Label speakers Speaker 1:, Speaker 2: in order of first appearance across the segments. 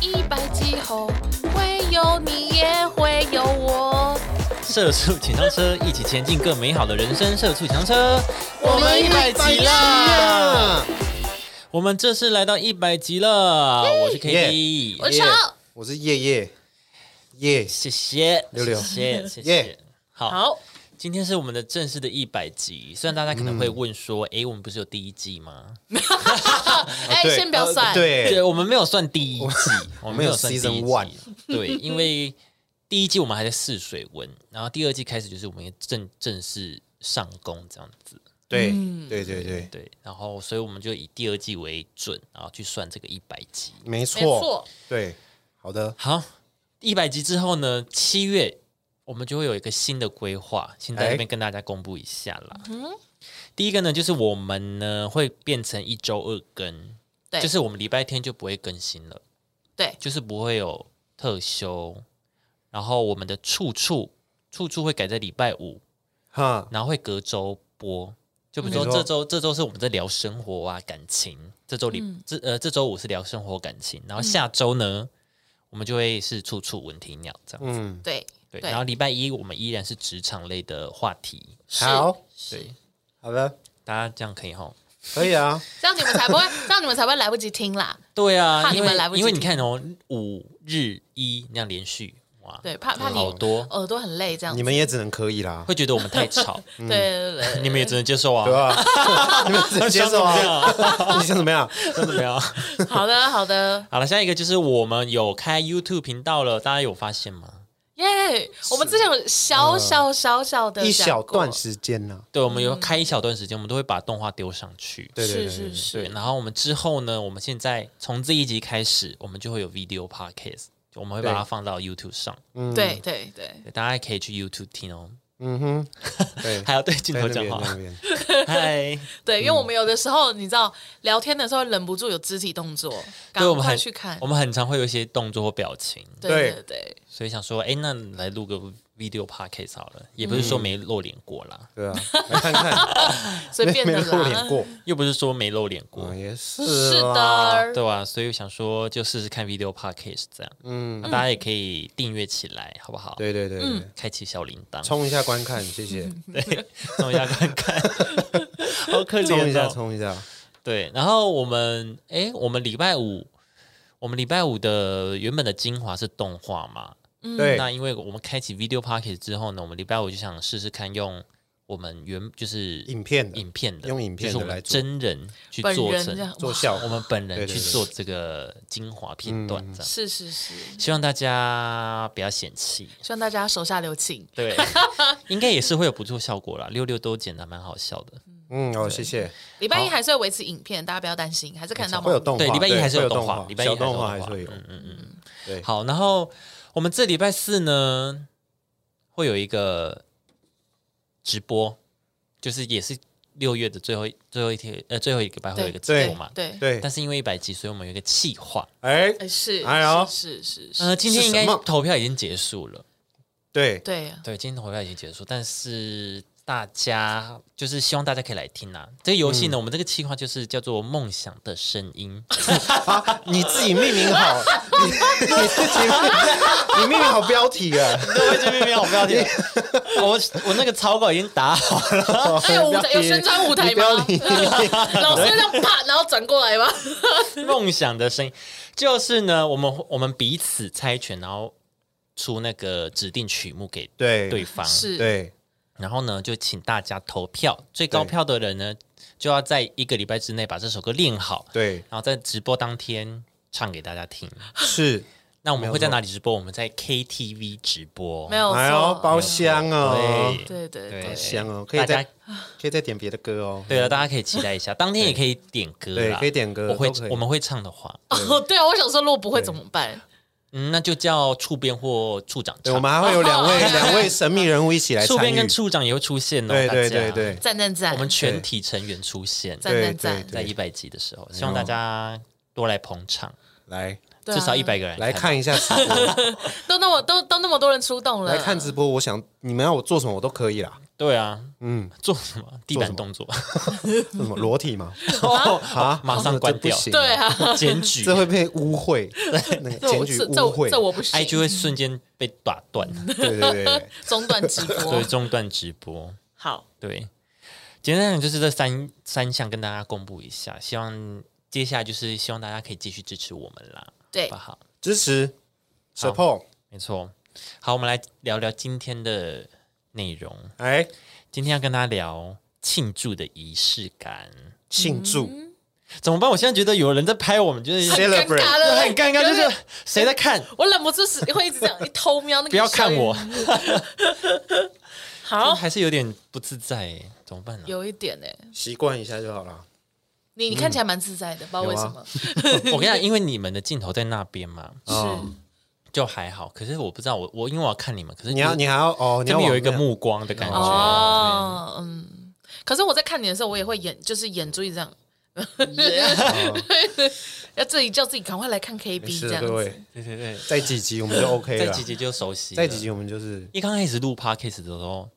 Speaker 1: 一百集后会有你，也会有我。
Speaker 2: 社畜请上车，一起前进更美好的人生。社畜请上车，
Speaker 1: 我们100集啦！
Speaker 3: 예.
Speaker 2: 我们这次来到一百集了，我是 KD，
Speaker 1: 我超
Speaker 3: 耶我是夜夜夜
Speaker 2: 谢谢
Speaker 3: 六六
Speaker 2: 谢谢谢谢
Speaker 3: 耶。
Speaker 2: 好，
Speaker 1: 好，
Speaker 2: 今天是我们的正式的一百集。虽然大家可能会问说，诶，我们不是有第一季吗？
Speaker 1: 哎，
Speaker 3: 对
Speaker 1: 先不要算
Speaker 3: 呃，对
Speaker 2: 对，我们没有算第一季，我们没有算第一季
Speaker 3: season one
Speaker 2: 对，因为第一季我们还在试水温，然后第二季开始就是我们正正式上工这样子。
Speaker 3: 对对对对，
Speaker 2: 对，然后所以我们就以第二季为准，然后去算这个一百集。
Speaker 3: 没
Speaker 1: 没错
Speaker 3: 错，，对，好的，
Speaker 2: 好，一百集之后呢，七月我们就会有一个新的规划，先在这边跟大家公布一下啦。
Speaker 1: 嗯
Speaker 2: 第一个呢，就是我们呢会变成一周二更，
Speaker 1: 对
Speaker 2: 就是我们礼拜天就不会更新了，
Speaker 1: 对
Speaker 2: 就是不会有特休。然后我们的处处处处会改在礼拜五，
Speaker 3: 哈，
Speaker 2: 然后会隔周播。就比如说
Speaker 3: 嗯没错
Speaker 2: 这周，这周是我们在聊生活啊、感情。这周里、
Speaker 1: 嗯
Speaker 2: 这呃这周五是聊生活感情，然后下周呢，我们就会是处处闻啼鸟这样。
Speaker 3: 嗯，
Speaker 1: 对
Speaker 2: 对，然后礼拜一我们依然是职场类的话题。
Speaker 1: 是
Speaker 3: 好，
Speaker 2: 对，
Speaker 3: 好的，
Speaker 2: 大家这样可以哈。
Speaker 3: 可以啊，
Speaker 1: 这样你们才不会，这样你们才不会来不及听啦。
Speaker 2: 对
Speaker 1: 怕
Speaker 2: 啊，
Speaker 1: 你
Speaker 2: 因
Speaker 1: 们来不
Speaker 2: 为
Speaker 1: 及
Speaker 2: 因为你看哦，五日一那样连续哇，
Speaker 1: 对，怕怕你
Speaker 2: 好多
Speaker 1: 耳朵很累，这样
Speaker 3: 你
Speaker 1: 子。
Speaker 3: 们也只能可以啦，
Speaker 2: 会觉得我们 太吵，
Speaker 1: 对对对对
Speaker 2: 你们也只能接受
Speaker 3: 对
Speaker 2: 啊。
Speaker 3: 吧？你们只能接
Speaker 2: 想怎
Speaker 3: 受
Speaker 2: 么
Speaker 3: 啊，
Speaker 2: 样？
Speaker 3: 你想怎么样？
Speaker 2: 真的没有。
Speaker 1: 对，好的好的，
Speaker 2: 好了，下一个就是我们有开 YouTube 频道了，大家有发现吗？
Speaker 1: 耶！我们之前有小小小小的
Speaker 3: 嗯一小段时间呐，
Speaker 2: 对，我们有开一小段时间，我们都会把动画丢上去。
Speaker 3: 嗯对对
Speaker 1: 是
Speaker 3: 对对
Speaker 1: 是
Speaker 3: 对，
Speaker 2: 对，
Speaker 1: 是，
Speaker 2: 然后我们之后呢，我们现在从这一集开始，我们就会有 video podcast，我们会把它
Speaker 3: 对
Speaker 2: 放到 YouTube 上，
Speaker 3: 嗯
Speaker 1: 对对对，
Speaker 2: 对大家可以去 YouTube 听哦。
Speaker 3: 嗯哼，对，
Speaker 2: 还要对镜
Speaker 3: 在
Speaker 2: 头
Speaker 3: 那
Speaker 2: 讲
Speaker 3: 边在那
Speaker 2: 话，
Speaker 3: 边，
Speaker 2: 嗨，
Speaker 1: 对，因为我们有的时候你知道聊天的时候忍不住有肢体动作，
Speaker 2: 对
Speaker 1: 赶
Speaker 2: 我们
Speaker 1: 快
Speaker 2: 很
Speaker 1: 去看
Speaker 2: 我，们很常会有一些动作或表情，
Speaker 1: 对对
Speaker 3: 对
Speaker 1: 对，
Speaker 2: 所以想说，哎，那来录个 video podcast 好了，也不是说没露脸过啦，
Speaker 3: 对啊，来看看，
Speaker 1: 随便
Speaker 3: 没
Speaker 1: 的
Speaker 3: 没露脸
Speaker 1: 啦。
Speaker 3: 过，
Speaker 2: 又不是说没露脸过
Speaker 3: 嗯，，也是
Speaker 1: 是
Speaker 3: 啦，
Speaker 1: 的，
Speaker 2: 对吧、所以想说就试试看 video podcast 这样，
Speaker 3: 嗯，
Speaker 2: 那大家也可以订阅起来，好不好？，
Speaker 3: 对对对对，对
Speaker 2: 开启小铃铛，
Speaker 3: 冲一下观看，谢谢，
Speaker 2: 冲一下看 看，好可
Speaker 3: 冲一
Speaker 2: 怜
Speaker 3: 下，
Speaker 2: 哦。
Speaker 3: 冲一下，
Speaker 2: 对，然后我们哎，我们礼拜五，我们礼拜五的原本的精华是动画嘛？
Speaker 3: 对，
Speaker 2: 那因为我们开启 video pocket 之后呢，我们礼拜五就想试试看用我们原就是
Speaker 3: 影片的
Speaker 2: 影片的，
Speaker 3: 用影片
Speaker 2: 就是
Speaker 3: 的
Speaker 2: 我们
Speaker 3: 来做
Speaker 2: 真人去
Speaker 1: 本
Speaker 2: 做
Speaker 1: 人这
Speaker 2: 成
Speaker 1: 样，
Speaker 3: 做
Speaker 1: 哇
Speaker 3: 效
Speaker 2: 我
Speaker 3: 果，
Speaker 2: 们本人
Speaker 3: 对对
Speaker 2: 去
Speaker 3: 对
Speaker 2: 做这个精华片段
Speaker 3: 嗯
Speaker 2: 这样。
Speaker 1: 是是是，希
Speaker 2: 希望大家不要嫌弃，
Speaker 1: 望大家手下留情。
Speaker 2: 对， 应该也是会有不错效果啦。六六都剪得蛮好笑的，
Speaker 3: 嗯，哦，谢谢。
Speaker 1: 礼拜一还是会维持影片，大家不要担心，还是看得到
Speaker 3: 会有
Speaker 1: 吗
Speaker 3: 动画，
Speaker 2: 对，礼拜一还是
Speaker 3: 会
Speaker 2: 有
Speaker 3: 有
Speaker 2: 动
Speaker 3: 画，
Speaker 2: 礼拜一
Speaker 3: 小
Speaker 2: 还是有
Speaker 3: 动画还
Speaker 2: 动
Speaker 3: 是
Speaker 2: 画
Speaker 3: 会有。
Speaker 2: 嗯嗯嗯。
Speaker 3: 对，
Speaker 2: 好，然后我们这礼拜四呢，会有一个直播，就是也是六月的最后一最后一天，呃，最后一个礼拜会有一个直播嘛。
Speaker 1: 对，
Speaker 3: 对
Speaker 2: 但，是因为一百集，所以我们有一个企划。
Speaker 3: 哎，
Speaker 1: 呃是，
Speaker 3: 哎呦
Speaker 1: 是是是是，
Speaker 2: 呃，今天应该
Speaker 3: 是什么
Speaker 2: 投票已经结束了。
Speaker 3: 对，
Speaker 1: 对，啊
Speaker 2: 对，今天投票已经结束，但是大家就是希望大家可以来听啊。这个游
Speaker 3: 嗯
Speaker 2: 戏呢，我们这个计划就是叫做《梦想的声音》，
Speaker 3: 你自己命名好，你你自己命名，你命名好标题 啊，
Speaker 2: 各位这边没有不要听。 我我那个草稿已经打好了，
Speaker 1: 哎有舞台有宣传舞台
Speaker 3: 你不要
Speaker 1: 吗
Speaker 3: 理？
Speaker 1: 老师这样啪，然后转过来吗？
Speaker 2: 《梦想的声音》就是呢，我们我们彼此猜拳，然后出那个指定曲目给
Speaker 3: 对
Speaker 2: 对方，
Speaker 1: 是，
Speaker 3: 对，
Speaker 2: 然后呢就请大家投票，最高
Speaker 3: 对
Speaker 2: 票的人呢就要在一个礼拜之内把这首歌练好，
Speaker 3: 对，
Speaker 2: 然后在直播当天唱给大家听。
Speaker 3: 是，
Speaker 2: 那我们会在哪里直播？我们在 KTV 直播，
Speaker 1: 没有
Speaker 3: 哎呦，
Speaker 1: 错，
Speaker 3: 包厢哦，
Speaker 2: 哦
Speaker 1: 对
Speaker 2: 对
Speaker 1: 对
Speaker 2: 对
Speaker 1: 对，
Speaker 3: 香哦，可
Speaker 2: 大
Speaker 3: 以
Speaker 2: 家
Speaker 3: 再可以再点别的歌哦，
Speaker 2: 对了，啊大家可以期待一下，当天也可以点歌啦，
Speaker 3: 对可以点歌
Speaker 2: 我会
Speaker 3: 都可以
Speaker 2: 我们会唱的话，
Speaker 1: 哦，对啊，我想说，如果不会怎么办？
Speaker 2: 嗯，那就叫处编或处长
Speaker 3: 对，我
Speaker 2: 唱。
Speaker 3: 们还会有 两位两位神秘人物一起来
Speaker 2: 处
Speaker 3: 参
Speaker 2: 编
Speaker 3: 与
Speaker 2: 跟，处长也会出现哦，
Speaker 3: 对对
Speaker 2: 大
Speaker 3: 对
Speaker 2: 家，
Speaker 3: 对，
Speaker 1: 赞赞赞，
Speaker 2: 我们全体成员出现
Speaker 1: 赞
Speaker 3: 对
Speaker 1: 赞
Speaker 3: 对
Speaker 1: 赞，
Speaker 2: 在一百集的时候，希
Speaker 3: 哎
Speaker 2: 望大家多来捧场，
Speaker 3: 来
Speaker 1: 对啊
Speaker 2: 至少一百个人
Speaker 3: 来
Speaker 2: 看吧。
Speaker 3: 看一下直播，
Speaker 1: 都那么都都那么多人出动了，
Speaker 3: 来看直播，我想你们要我做什么我都可以啦，
Speaker 2: 对啊，
Speaker 3: 嗯，
Speaker 2: 做什么地板动作？
Speaker 3: 这什么裸体吗？
Speaker 2: 哦
Speaker 3: 啊，
Speaker 2: 马上关掉，
Speaker 3: 这不行
Speaker 1: 对啊，
Speaker 2: 检举
Speaker 3: 这会被污秽，那个
Speaker 1: 这
Speaker 3: 检
Speaker 1: 我
Speaker 3: 举
Speaker 1: 这
Speaker 3: 污
Speaker 1: 这我这
Speaker 3: 秽，
Speaker 1: 我不行，
Speaker 2: ，IG 会瞬间被打断，
Speaker 1: 嗯
Speaker 3: 对对 对对，
Speaker 1: 中断直播
Speaker 2: 对，。中断直播。
Speaker 1: 好，
Speaker 2: 对，简单讲就是这三三项跟大家公布一下，希望接下来就是希望大家可以继续支持我们啦，好
Speaker 1: 对
Speaker 2: 不，好？
Speaker 3: 支持 support，
Speaker 2: 没错。好，我们来聊聊今天的内容。
Speaker 3: 哎，
Speaker 2: 今天要跟大家聊庆祝的仪式感，
Speaker 3: 庆祝
Speaker 1: 嗯
Speaker 2: 怎么办？我现在觉得有人在拍我们，就是
Speaker 3: 很
Speaker 1: 尴尬了，
Speaker 2: 很尴尬，就是谁在看？
Speaker 1: 我忍不住是会一直这样，一偷瞄那个。
Speaker 2: 不要看我，，
Speaker 1: 好，
Speaker 2: 还是有点不自在耶，怎 么办呢、
Speaker 1: 有一点哎、
Speaker 3: 习惯一下就好了。
Speaker 1: 你你看起来蛮自在
Speaker 3: 嗯
Speaker 1: 的，不知道
Speaker 3: 啊
Speaker 1: 为什么。
Speaker 2: 我跟你讲，因为你们的镜头在那边嘛，
Speaker 3: 哦，
Speaker 2: 就还好。可是我不知道，我我因为我要看你们，可是
Speaker 1: 嗯
Speaker 3: 你要
Speaker 2: 就是
Speaker 3: 你还要哦，你
Speaker 2: 这
Speaker 3: 要
Speaker 2: 边有
Speaker 3: 往
Speaker 2: 一个
Speaker 3: 那
Speaker 2: 目光的感觉。
Speaker 1: 哦，嗯。可是我在看你的时候，我也会眼就是眼珠一直这样，要自己叫自己赶快来看
Speaker 3: 没
Speaker 1: KB
Speaker 3: 事
Speaker 1: 这
Speaker 3: 的，
Speaker 1: 样
Speaker 3: 各
Speaker 1: 子。
Speaker 3: 位，
Speaker 2: 对对对，
Speaker 3: 在几集我们 就 OK
Speaker 2: 在
Speaker 3: 了，
Speaker 2: 几集就熟悉了，
Speaker 3: 在几集我们就是
Speaker 2: 一刚开始录 podcast 的时候，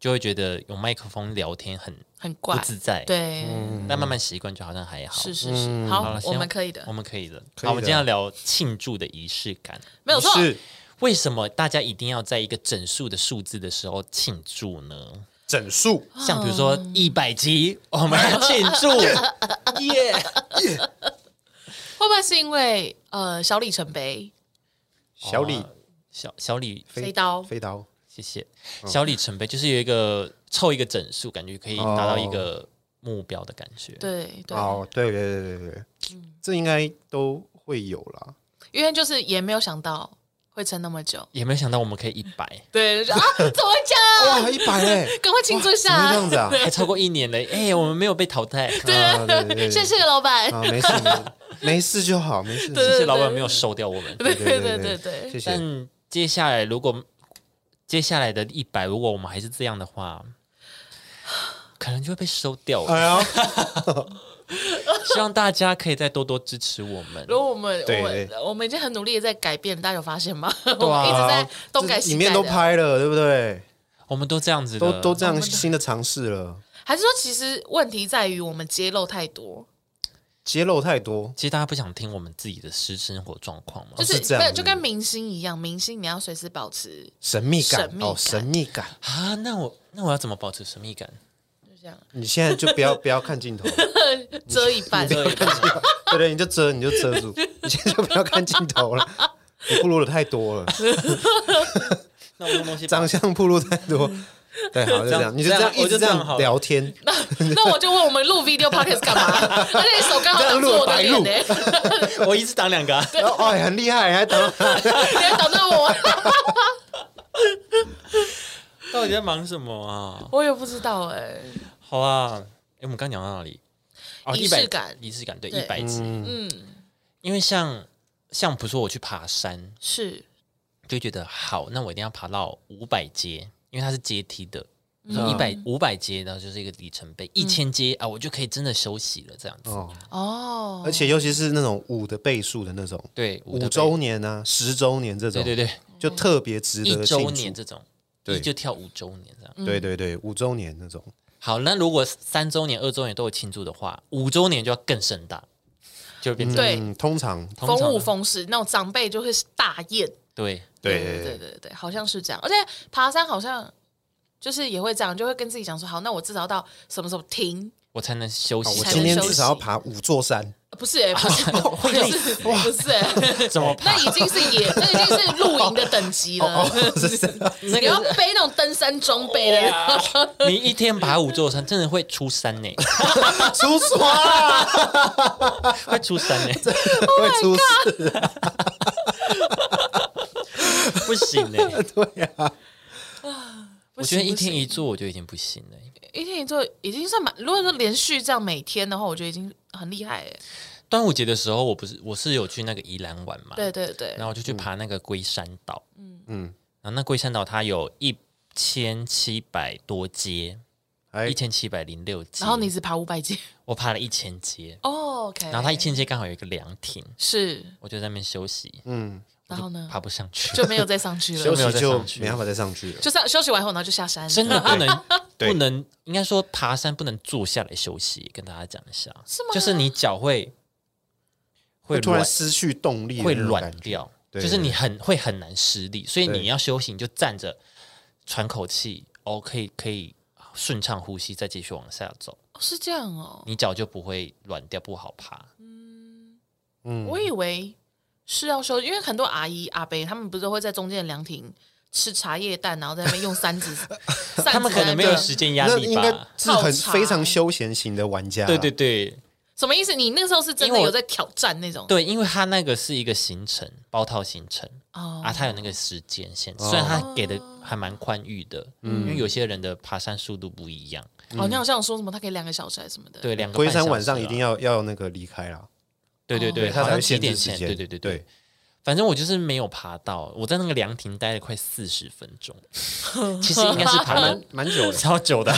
Speaker 2: 就会觉得用麦克风聊天很
Speaker 1: 很
Speaker 2: 不
Speaker 1: 怪，
Speaker 2: 自在，，
Speaker 1: 对，
Speaker 3: 嗯
Speaker 2: 但慢慢习惯就好像还好。
Speaker 1: 是是是，好
Speaker 2: 了，行
Speaker 1: 我
Speaker 2: 啊
Speaker 1: 们可以的
Speaker 2: 我，们可以的。
Speaker 3: 可以的
Speaker 2: 好，我们今天要聊庆祝的仪式感。
Speaker 1: 没有错。
Speaker 3: 是
Speaker 2: 为什么大家一定要在一个整数的数字的时候庆祝呢？
Speaker 3: 整数，
Speaker 1: 哦
Speaker 2: 像比如说一百集，我们要庆 祝，耶！
Speaker 1: 会不会是因为呃小里程碑
Speaker 3: 小李
Speaker 2: 小小李，
Speaker 3: 飞
Speaker 1: 飞刀
Speaker 3: 飞刀，
Speaker 2: 谢谢小李程碑，就是有一个凑一个整数，感觉可以达到一个目标的感觉。
Speaker 1: 对对，嗯
Speaker 3: 哦，对对对对对，这应该都会有 啦。
Speaker 1: 因为就是也没有想到会撑那么 久，
Speaker 2: 也没有想到我们可以一百，
Speaker 1: 对，就说啊，怎么会这样？
Speaker 3: 哇，一百嘞！
Speaker 1: 赶快庆祝一下
Speaker 3: 哇怎么会这样子啊
Speaker 1: 对
Speaker 2: 还超过一年了。哎、我们没有被 淘汰，谢
Speaker 3: 啊对对对，
Speaker 1: 谢谢老板。
Speaker 3: 啊，没事没没事就好，没事。
Speaker 1: 对
Speaker 2: 谢老板没有收掉我们。
Speaker 1: 对对对
Speaker 3: 对
Speaker 1: 对
Speaker 3: 对
Speaker 1: 对，
Speaker 3: 谢谢。
Speaker 2: 但接下来如果接下来的一百，如果我们还是这样 的话，可能就会被收掉了。
Speaker 3: 哎呀，
Speaker 2: 希望大家可以再多多支持我们。
Speaker 1: 如果我们我
Speaker 3: 对
Speaker 1: 们我们已经很努力的在改变，大家有发现吗？ 我
Speaker 2: 对
Speaker 1: 们
Speaker 2: 啊
Speaker 1: 一直在东
Speaker 3: 这
Speaker 1: 改
Speaker 3: 里
Speaker 1: 西
Speaker 3: 面
Speaker 1: 改
Speaker 3: 都
Speaker 1: 的。
Speaker 3: 拍了，对不对？
Speaker 2: 我们都这样子的，
Speaker 3: 都都这样新的尝试了，
Speaker 1: 还是说，其实问题在于我们揭露太多，
Speaker 3: 揭露太多，
Speaker 2: 其实大家不想听我们自己的私生活状况嘛。
Speaker 1: 就
Speaker 3: 哦是这样
Speaker 1: 没有
Speaker 3: 是不
Speaker 1: 就是跟明星一样，明星你要随时保持
Speaker 3: 神秘感
Speaker 1: 神秘
Speaker 3: 哦，
Speaker 1: 感
Speaker 3: 神秘感。
Speaker 2: 啊，那我那我要怎么保持神 秘感？
Speaker 1: 就这 样
Speaker 3: 你现在就不要不要看镜 头，对
Speaker 1: 遮一半。
Speaker 2: 对，
Speaker 3: 不对？你就遮，你就遮住， 你现在就不要看镜头了。 你暴露的太多 了，
Speaker 2: 那我用东西把
Speaker 3: 长相暴露太 多。对，好，
Speaker 2: 这
Speaker 3: 就这
Speaker 2: 样
Speaker 3: 样，你就这样
Speaker 2: 这样
Speaker 3: 一
Speaker 2: 我就
Speaker 3: 直
Speaker 2: 这
Speaker 3: 这
Speaker 2: 样好
Speaker 3: 样
Speaker 2: 了
Speaker 3: 聊天，
Speaker 1: 那我就问我们录 video podcast 干嘛？ 而且你手刚好挡住我的脸呢，
Speaker 2: 我一次挡两个啊、
Speaker 3: 然后哦，很厉害，还打
Speaker 1: 你还挡到我，
Speaker 2: 到底在忙什么啊？
Speaker 1: 我也不知道哎。
Speaker 2: 好啊，哎、我们刚讲到哪里？哦
Speaker 1: 仪
Speaker 2: 100
Speaker 1: 式感
Speaker 2: 仪式感，对，
Speaker 1: 对
Speaker 2: 一百集。
Speaker 1: 嗯，
Speaker 2: 因为像像比如说我去爬山，
Speaker 1: 是
Speaker 2: 就觉得好，那我一定要爬到五百阶，因为它是阶梯的，
Speaker 3: 嗯
Speaker 2: 一百五百阶，然后就是一个里程碑，一千阶啊，我就可以真的休息了，这样子。
Speaker 3: 哦，
Speaker 1: 哦，
Speaker 3: 而且尤其是那种五的倍数的那种，
Speaker 2: 对，
Speaker 3: 五
Speaker 2: 的倍
Speaker 3: 周，年啊、十周年这种，
Speaker 2: 对对对，
Speaker 3: 就特别值
Speaker 2: 一
Speaker 3: 得
Speaker 2: 周
Speaker 3: 庆
Speaker 2: 年
Speaker 3: 祝。
Speaker 2: 这种，
Speaker 3: 对
Speaker 2: 一就跳五周年这
Speaker 1: 嗯
Speaker 2: 样。
Speaker 3: 对对对，五周年那种，
Speaker 2: 好，那如果三周年、二周年都有庆祝的话，五周年就要更盛大，就会变成
Speaker 1: 对
Speaker 3: 嗯，通常
Speaker 2: 通
Speaker 1: 风
Speaker 2: 常
Speaker 1: 物风势，那种长辈就会是大宴。
Speaker 2: 对
Speaker 3: 对
Speaker 1: 对
Speaker 3: 对
Speaker 1: 对
Speaker 3: 对
Speaker 1: 对对，好像是这样。而且爬山好像就是也会这样，就会跟自己讲说，好，那我至少要到什么时候停？
Speaker 2: 我才能休
Speaker 3: 好
Speaker 2: 息。
Speaker 3: 我
Speaker 1: 才能
Speaker 3: 今天
Speaker 1: 休息
Speaker 3: 至少要爬五座山，
Speaker 1: 呃不是、欸，不是，不是，不是、欸，
Speaker 2: 怎么
Speaker 1: 那已经是野，那已经是露营的等级了。
Speaker 3: 哦是这样
Speaker 1: 你要背那种登山装备的，
Speaker 2: 你一天爬五座山，真的会出山 呢、
Speaker 3: 出刷啦，
Speaker 2: 会出山呢、
Speaker 3: 会出事。
Speaker 2: 不行
Speaker 3: 欸
Speaker 2: 呢、
Speaker 3: 对呀，
Speaker 1: 不
Speaker 2: 我
Speaker 1: 行
Speaker 2: 觉得一
Speaker 1: 不行
Speaker 2: 天一座我就已经不行了、
Speaker 1: 一天一做已经算蛮。如果说连续这样每天的话，我觉得已经很厉害、欸。
Speaker 2: 端午节的时候，我不是我是有去那个宜兰玩嘛，
Speaker 1: 对对对
Speaker 2: 然，后我就
Speaker 3: 嗯
Speaker 2: 去爬那个龟山岛，嗯嗯，然后那龟山岛它有一千七百多阶，
Speaker 3: 哎
Speaker 2: 一，千七百零六阶，
Speaker 1: 然后你只爬五百级。
Speaker 2: 我爬了一千阶，
Speaker 1: 哦，OK，
Speaker 2: 然后它一千阶刚好有一个凉亭，
Speaker 1: 是
Speaker 2: 我就在那边休息，
Speaker 3: 嗯，
Speaker 1: 然后呢
Speaker 2: 爬不上去，
Speaker 1: 就没有再上去
Speaker 3: 休
Speaker 1: 了，
Speaker 3: 息就没办法再上去了。
Speaker 1: 就上休息完后，然后就下山，
Speaker 2: 真的不能
Speaker 3: 对
Speaker 2: 不能，应该说爬山不能坐下来休息，跟大家讲一下，
Speaker 1: 是吗
Speaker 2: 就是你脚会会
Speaker 3: 会突然
Speaker 2: 软
Speaker 3: 失去动力，
Speaker 2: 会软。掉，
Speaker 3: 对
Speaker 2: 就是你很会很难施力，所以
Speaker 3: 对
Speaker 2: 你要休息，你就站着喘口气，哦，可以可以顺畅呼吸，再继续往下走，
Speaker 1: 哦是这样哦。
Speaker 2: 你脚就不会软掉，不好爬。
Speaker 3: 嗯，
Speaker 1: 我以为是要休，因为很多阿姨阿伯他们不是都会在中间的凉亭吃茶叶蛋，然后在那边用扇 子，扇子
Speaker 2: 他们可
Speaker 1: 在那
Speaker 2: 能没
Speaker 1: 边
Speaker 2: 有时间压
Speaker 3: 那
Speaker 2: 力
Speaker 3: 应该
Speaker 2: 吧？
Speaker 3: 是很
Speaker 1: 泡茶
Speaker 3: 非常休闲型的玩家啦。
Speaker 2: 对对对
Speaker 1: 什么意思？你那个时候是真
Speaker 2: 因
Speaker 1: 的
Speaker 2: 为我
Speaker 1: 有在挑战那种？
Speaker 2: 对，因为他那个是一个行程包套行程，
Speaker 1: 哦
Speaker 2: 啊，他有那个时间线，虽然
Speaker 3: 哦
Speaker 2: 他给的还蛮宽裕的，
Speaker 3: 嗯
Speaker 2: 因为有些人的爬山速度不一样，
Speaker 1: 哦，你好像有说什么他可以两个小时还是什么的？，
Speaker 2: 嗯对，两个
Speaker 3: 龟
Speaker 2: 半小
Speaker 3: 山
Speaker 2: 时
Speaker 3: 晚上
Speaker 2: 啊
Speaker 3: 一定，要要那个离开啦，
Speaker 2: 对对对，
Speaker 3: 他
Speaker 2: 好像
Speaker 3: 才会
Speaker 2: 几
Speaker 3: 限
Speaker 2: 点
Speaker 3: 制时
Speaker 2: 前，
Speaker 3: 间。
Speaker 2: 对对对对。反正我就是没有爬到，我在那个凉亭待了快四十分 钟，其实应该是爬
Speaker 3: 还
Speaker 2: 了
Speaker 3: 蛮蛮久的，
Speaker 2: 超久的，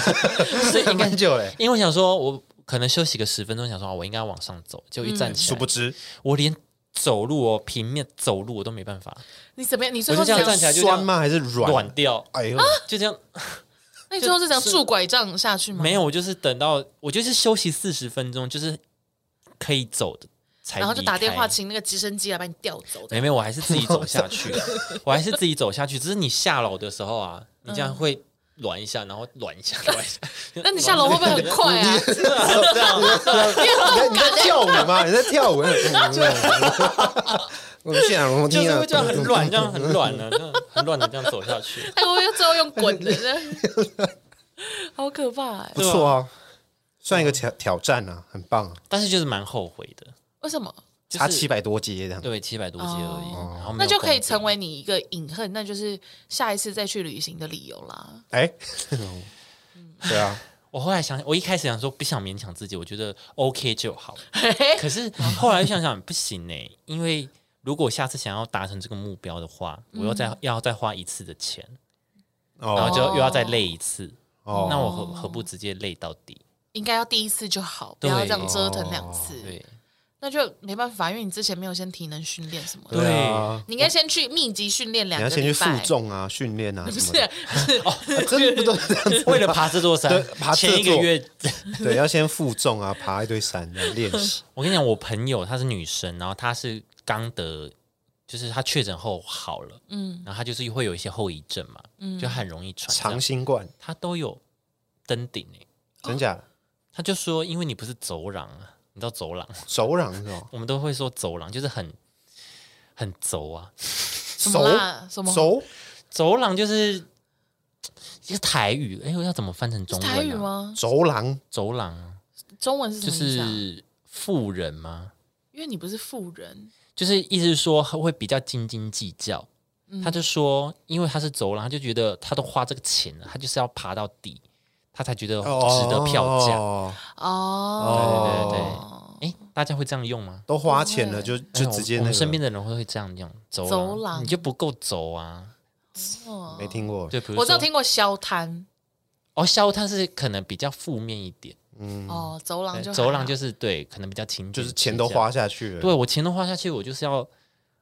Speaker 3: 是 蛮 久嘞。
Speaker 2: 因为我想说，我可能休息个十分钟，想说啊我应该往上走，就一站
Speaker 1: 嗯
Speaker 2: 起
Speaker 3: 殊
Speaker 2: 来，
Speaker 3: 不知
Speaker 2: 我连走路哦，平面走路我都没办法，
Speaker 1: 你怎么样？你最后
Speaker 2: 我就这样
Speaker 1: 是
Speaker 2: 站起来就这样
Speaker 3: 酸吗？还是软？
Speaker 2: 软掉，
Speaker 3: 哎呦，
Speaker 2: 就这样
Speaker 1: 那你最后是怎样
Speaker 2: 就是
Speaker 1: 拄拐杖下去吗？
Speaker 2: 没有，我就是等到我就是休息四十分钟，就是可以走的才
Speaker 1: 然后就打电话
Speaker 2: 去。
Speaker 1: 请那个直升机来把你调走。这
Speaker 2: 没
Speaker 1: 样
Speaker 2: 没有，我还是自己走下 去的，我还是自己走下去。只是你下楼的时候啊，你
Speaker 1: 嗯
Speaker 2: 这样会软一下，然后软一下，软 一下。
Speaker 1: 那你下楼会不会 很快啊？
Speaker 2: 这样
Speaker 3: 你在你在跳舞吗？你在跳舞？嗯 我们现场我
Speaker 2: 就
Speaker 3: 听
Speaker 2: 是
Speaker 3: 啊
Speaker 2: 会，这样很软，这样很软的，这样很软的这样走下去。
Speaker 1: 哎，我要最后用滚的， 这样好可怕哎！
Speaker 3: 不错啊，算一个挑挑战啊，很棒啊，
Speaker 2: 但是就是蛮后悔的，
Speaker 1: 为什么？
Speaker 2: 就是
Speaker 3: 差七百多阶这样。
Speaker 2: 对七百多级而已，
Speaker 1: 哦
Speaker 2: 然后没
Speaker 1: 那
Speaker 2: 有
Speaker 1: 就可以
Speaker 2: 攻
Speaker 1: 成
Speaker 2: 顶
Speaker 1: 为你一个隐恨，那就是下一次再去旅行的理由啦。
Speaker 3: 哎，对啊，
Speaker 2: 我后来想，我一开始想说不想勉强自己，我觉得 OK 就 好。可是后来想想不行呢、因为如果下次想要达成这个目标的话，我又再、
Speaker 1: 嗯
Speaker 2: 要再花一次的钱，然后
Speaker 3: 哦
Speaker 2: 就又要再累一次，
Speaker 3: 哦
Speaker 2: 那我何何不直接累到底？
Speaker 1: 应该要第一次就好，不
Speaker 2: 对
Speaker 1: 要
Speaker 2: 哦
Speaker 1: 这样折腾两次。
Speaker 2: 对
Speaker 1: 那就没办法，因为你之前没有先体能训练什么的，
Speaker 2: 对
Speaker 3: 啊，
Speaker 1: 你应该先去密集训练两
Speaker 3: 你
Speaker 1: 个
Speaker 3: 要
Speaker 1: 礼
Speaker 3: 先
Speaker 1: 拜。
Speaker 3: 去负重啊，训练啊
Speaker 1: 不
Speaker 3: 什么
Speaker 1: 是
Speaker 3: 的，啊真的不都是这样子吗？
Speaker 2: 为了爬这座山
Speaker 3: 对，爬这
Speaker 2: 前一个
Speaker 3: 座
Speaker 2: 月，
Speaker 3: 对，要先负重啊，爬一堆山来 练习。
Speaker 2: 我跟你讲，我朋友她是女生，然后她是刚得，就是她确诊后好了，
Speaker 1: 嗯
Speaker 2: 然后她就是会有一些后遗症嘛，就很容易传这样
Speaker 3: 长新冠，
Speaker 2: 她都有登顶诶、
Speaker 3: 真假的？
Speaker 2: 他就说，因为你不是走廊啊，你知道走廊，
Speaker 3: 手壤是吧？
Speaker 2: 我们都会说走廊就是很很走啊，
Speaker 1: 什么啦什么
Speaker 3: 手
Speaker 2: 走廊就是一个台语，哎，我要怎么翻成
Speaker 1: 是
Speaker 2: 中文、啊？
Speaker 1: 台语？吗？
Speaker 3: 走廊
Speaker 2: 走廊啊
Speaker 1: 中文是什
Speaker 2: 就
Speaker 1: 么意思啊？
Speaker 2: 是富人吗？
Speaker 1: 因为你不是富人，
Speaker 2: 就是意思是说会比较斤斤计较。他
Speaker 1: 嗯
Speaker 2: 就说，因为他是走廊，他就觉得他都花这个钱了，他就是要爬到底，他才觉得值得票价。
Speaker 3: 哦
Speaker 1: 哦，
Speaker 2: 对对对哎、大家会这样用吗？
Speaker 3: 都花钱了，就就直接
Speaker 2: 哎我
Speaker 3: 那
Speaker 2: 们
Speaker 3: 个
Speaker 2: 身边的人会会这样用走廊，
Speaker 1: 走廊
Speaker 2: 你就不够走啊。
Speaker 3: 没听过，
Speaker 2: 对，比如
Speaker 1: 哦
Speaker 2: 说
Speaker 1: 我只有听过消摊
Speaker 2: 哦，消摊是可能比较负面一点，嗯
Speaker 1: 哦，走廊
Speaker 2: 对
Speaker 1: 就
Speaker 2: 走廊就是是对，可能比较勤俭，
Speaker 3: 嗯就是钱都花，下去了，
Speaker 2: 对，我钱都花下去，我就是要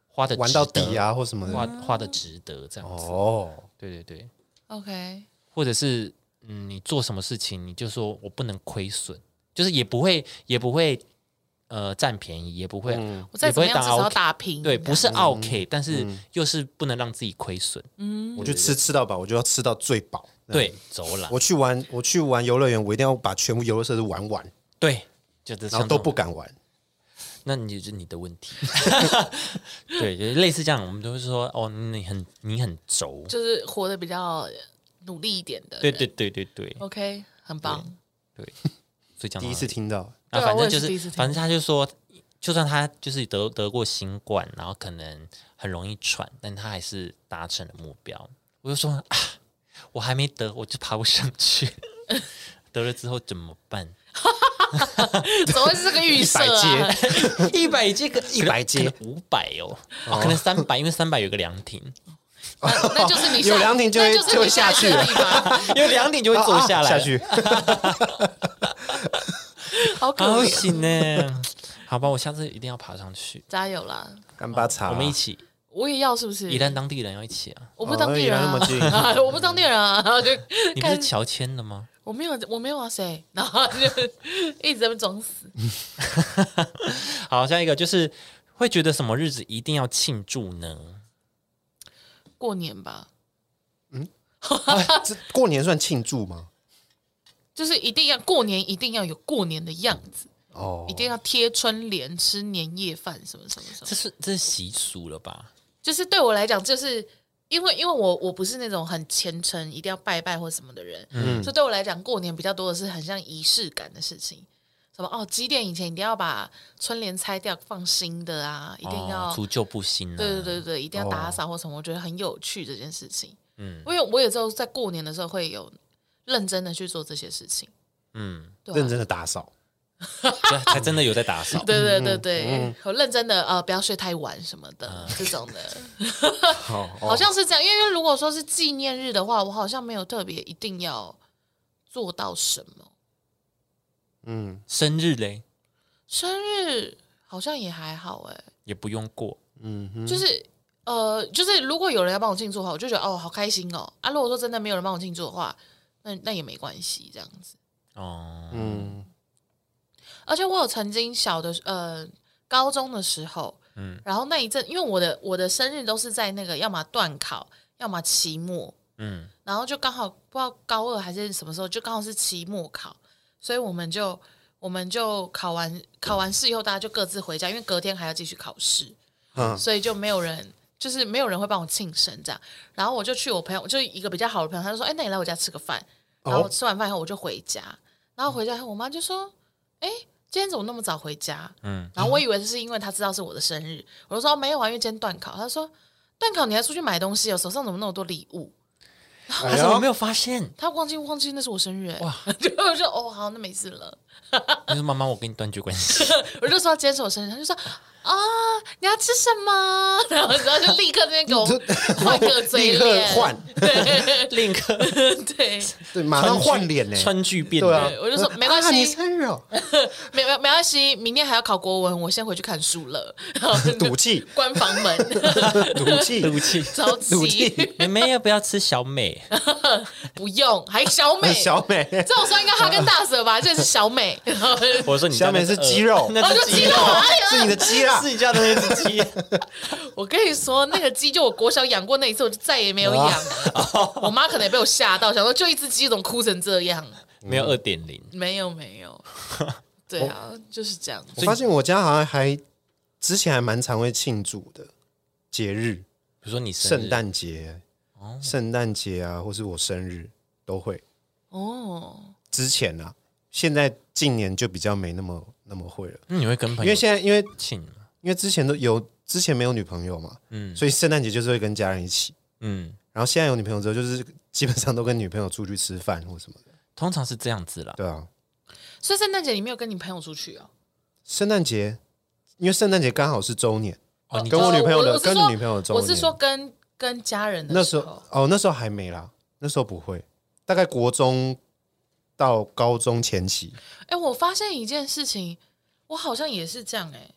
Speaker 2: 花的
Speaker 3: 玩到底，啊或什么
Speaker 2: 花
Speaker 3: 的。
Speaker 1: 嗯
Speaker 2: 花的值得这样子，
Speaker 3: 哦，
Speaker 2: 对对对，
Speaker 1: OK，
Speaker 2: 或者是嗯，你做什么事情，你就说我不能亏损，就是也不会也不会呃占便宜，也不会、
Speaker 3: 嗯
Speaker 1: 我再怎么样
Speaker 2: 也
Speaker 1: 至
Speaker 2: 不会打
Speaker 1: 少
Speaker 2: OK
Speaker 1: 打平，
Speaker 2: 对，不是 OK，、但是
Speaker 3: 嗯
Speaker 2: 又是不能让自己亏损，
Speaker 3: 我就吃吃到饱，我就要吃到最饱。
Speaker 2: 对，走廊，
Speaker 3: 嗯我去玩，我去玩游乐园，我一定要把全部游乐设施玩完，
Speaker 2: 对，就是
Speaker 3: 然后
Speaker 2: 像这
Speaker 3: 都
Speaker 2: 种
Speaker 3: 不敢玩。
Speaker 2: 那你就是你的问题。 对，就是类似这样，我们都会说哦，你很你很轴。
Speaker 1: 就是活得比较努力一点的人，
Speaker 2: 对对对对对，
Speaker 1: ，OK，很棒。
Speaker 2: 对，所以讲到
Speaker 3: 第一次
Speaker 2: 哪里，
Speaker 3: 听到，
Speaker 1: 对啊
Speaker 2: 啊，反
Speaker 1: 我
Speaker 2: 正
Speaker 1: 也
Speaker 2: 就是
Speaker 1: 第一次
Speaker 2: 是，
Speaker 1: 听
Speaker 2: 反正他就说，就算他就是得得过新冠，然后可能很容易喘，但他还是达成了目标。我就说啊，我还没得，我就爬不上去， 得了之后怎么办？
Speaker 1: 怎么会是这个预设啊？
Speaker 2: 一百阶 个一
Speaker 3: 100阶
Speaker 2: 五百哦，哦可能三百，因为三百有个凉 亭，
Speaker 1: 那那就是你下
Speaker 3: 有凉亭就会
Speaker 1: 那就是你
Speaker 3: 就会下去了
Speaker 1: 一个地方
Speaker 2: 因为凉亭就会坐啊下来，
Speaker 3: 啊下去，
Speaker 1: 好可
Speaker 2: 好
Speaker 1: 怜，
Speaker 2: 行呢。好吧，我下次一定要爬上去，
Speaker 1: 加油啦！
Speaker 3: 干巴茶，
Speaker 2: 啊我们一起。
Speaker 1: 我也要是不是？
Speaker 2: 宜兰当地人要一起啊！
Speaker 1: 我不是当地人啊，
Speaker 3: 哦宜兰 那
Speaker 1: 我不是当地人啊，然后就
Speaker 2: 你不是
Speaker 1: 看
Speaker 2: 乔迁的吗？
Speaker 1: 我没有我没有啊谁， 然后就一直在那边装死。
Speaker 2: 好，下一个就是会觉得什么日子一定要庆祝呢？
Speaker 1: 过年吧，
Speaker 3: 哎这过年算庆祝吗？
Speaker 1: 就是一定要过年，一定要有过年的样子，
Speaker 3: 哦，
Speaker 1: 一定要贴春联、吃年夜饭什么什么什么。
Speaker 2: 这是这是习俗了吧？
Speaker 1: 就是对我来讲，就是因为因为我我不是那种很虔诚，一定要拜拜或什么的人，
Speaker 3: 嗯
Speaker 1: 所以对我来讲，过年比较多的是很像仪式感的事情。什么哦，几点以前一定要把春联拆掉，放新的啊，一定要、
Speaker 2: 哦除旧布新啊！
Speaker 1: 对对对对，一
Speaker 3: 哦
Speaker 1: 定要打扫或什么，我觉得很有趣这件事情。
Speaker 2: 嗯
Speaker 1: 因为我有时候在过年的时候会有认真的去做这些事情，
Speaker 2: 嗯，
Speaker 1: 对、
Speaker 3: 认
Speaker 1: 啊，
Speaker 3: 真的打扫。
Speaker 2: 对才真的有在打扫。
Speaker 1: 对对对对，
Speaker 3: 嗯
Speaker 1: 我认真的呃，不要睡太晚什么的、这种的，
Speaker 3: 好，哦
Speaker 1: 好像是这样。因为如果说是纪念日的话，我好像没有特别一定要做到什么。
Speaker 3: 嗯
Speaker 2: 生日嘞
Speaker 1: 生日好像也还好哎、
Speaker 2: 也不用过，
Speaker 3: 嗯哼，
Speaker 1: 就是呃，就是如果有人要帮我庆祝的话，我就觉得哦，好开心哦。啊，如果说真的没有人帮我庆祝的话，那那也没关系，这样子。
Speaker 2: 哦，
Speaker 3: 嗯
Speaker 1: 而且我有曾经小的时呃高中的时候，嗯
Speaker 2: 嗯，
Speaker 1: 然后那一阵，因为我的我的生日都是在那个要么断考，要么期末，
Speaker 2: 嗯，
Speaker 1: 然后就刚好不知道高二还是什么时候，就刚好是期末考，所以我们就我们就考完考完试以后，大家就各自回家，因为隔天还要继续考试，
Speaker 3: 嗯
Speaker 1: 所以就没有人。就是没有人会帮我庆生这样，然后我就去我朋友，就一个比较好的朋友，他就说：“哎、那你来我家吃个饭。”然后
Speaker 3: 哦
Speaker 1: 吃完饭以后我就回家，然后回家以后我妈就说：“哎、今天怎么那么早回家？”
Speaker 2: 嗯，
Speaker 1: 然后我以为是因为她知道是我的生日，我就说、哦没有啊，因为今天断考。她说：“断考你还出去买东西哦，手上怎么那么多礼物？”
Speaker 3: 哎
Speaker 2: 他怎啊么没有发现？
Speaker 1: 他忘记忘记那是我生日、欸，哇
Speaker 2: 哇！
Speaker 1: 就我就哦好，那没事了。
Speaker 2: 他说妈妈，我跟你断绝 关系。
Speaker 1: 我就说今天是我生日，他就说啊你要吃什么？ 然后然后就立刻那边给我 换个嘴
Speaker 3: 立刻
Speaker 1: 脸，
Speaker 3: 换，
Speaker 2: 另一个
Speaker 1: 对
Speaker 3: 对，马上换脸呢。
Speaker 2: 川剧变
Speaker 3: 对 啊
Speaker 2: 脸，，
Speaker 1: 我就说没关系
Speaker 3: 啊你生日哦，
Speaker 1: 没没没关系，明天还要考国文，我先回去看书了。然后
Speaker 3: 赌气，
Speaker 1: 关房门，
Speaker 3: 赌气，
Speaker 2: 对不起，
Speaker 1: 着
Speaker 3: 赌
Speaker 1: 急，
Speaker 3: 气，
Speaker 2: 妹妹要不要吃 小美？
Speaker 1: 不用，还小美，
Speaker 3: 小美，
Speaker 1: 这种时候应该哈根达斯了吧？这是小美，然后
Speaker 2: 我说你
Speaker 3: 小美是鸡肉
Speaker 2: 那
Speaker 1: 然后
Speaker 2: 只
Speaker 1: 就激动
Speaker 3: 哦
Speaker 1: 我，哎呀
Speaker 3: 是你的鸡啦
Speaker 2: 是，你家的那只鸡。
Speaker 1: 我跟你说，那个鸡就我国小养过那一次，我就再也没有养了。
Speaker 3: 啊
Speaker 1: 我妈可能也被我吓到，想说就一只鸡怎么哭成这样？
Speaker 2: 没有二点零，
Speaker 1: 没有没 有，对啊，就是这样。
Speaker 3: 我发现我家好像还之前还蛮常会庆祝的节日，
Speaker 2: 比如说你生日
Speaker 3: 圣，诞节、圣诞节啊，或是我生日都会。
Speaker 1: 哦，
Speaker 3: 之前啊，现在近年就比较没那么那么会了，
Speaker 2: 那嗯你会跟朋
Speaker 3: 因
Speaker 2: 友
Speaker 3: 为现在因为
Speaker 2: 庆吗？
Speaker 3: 因为之前都有之前没有女朋友嘛，
Speaker 2: 嗯
Speaker 3: 所以圣诞节就是会跟家人一起。
Speaker 2: 嗯，
Speaker 3: 然后现在有女朋友之后，就是基本上都跟女朋友出去吃饭或什么的，
Speaker 2: 通常是这样子啦。
Speaker 3: 对啊。
Speaker 1: 所以圣诞节你没有跟你朋友出去哦？
Speaker 3: 圣诞节，因为圣诞节刚好是周年，
Speaker 2: 哦，你
Speaker 3: 跟我女朋友的
Speaker 1: 我是
Speaker 3: 跟
Speaker 1: 说
Speaker 3: 女朋友的周
Speaker 1: 我
Speaker 3: 年，
Speaker 1: 是说跟跟家人的
Speaker 3: 那
Speaker 1: 时
Speaker 3: 时
Speaker 1: 候
Speaker 3: 候，哦，那时候还没啦，那时候不会，大概国中到高中前期，
Speaker 1: 哎，我发现一件事情，我好像也是这样哎。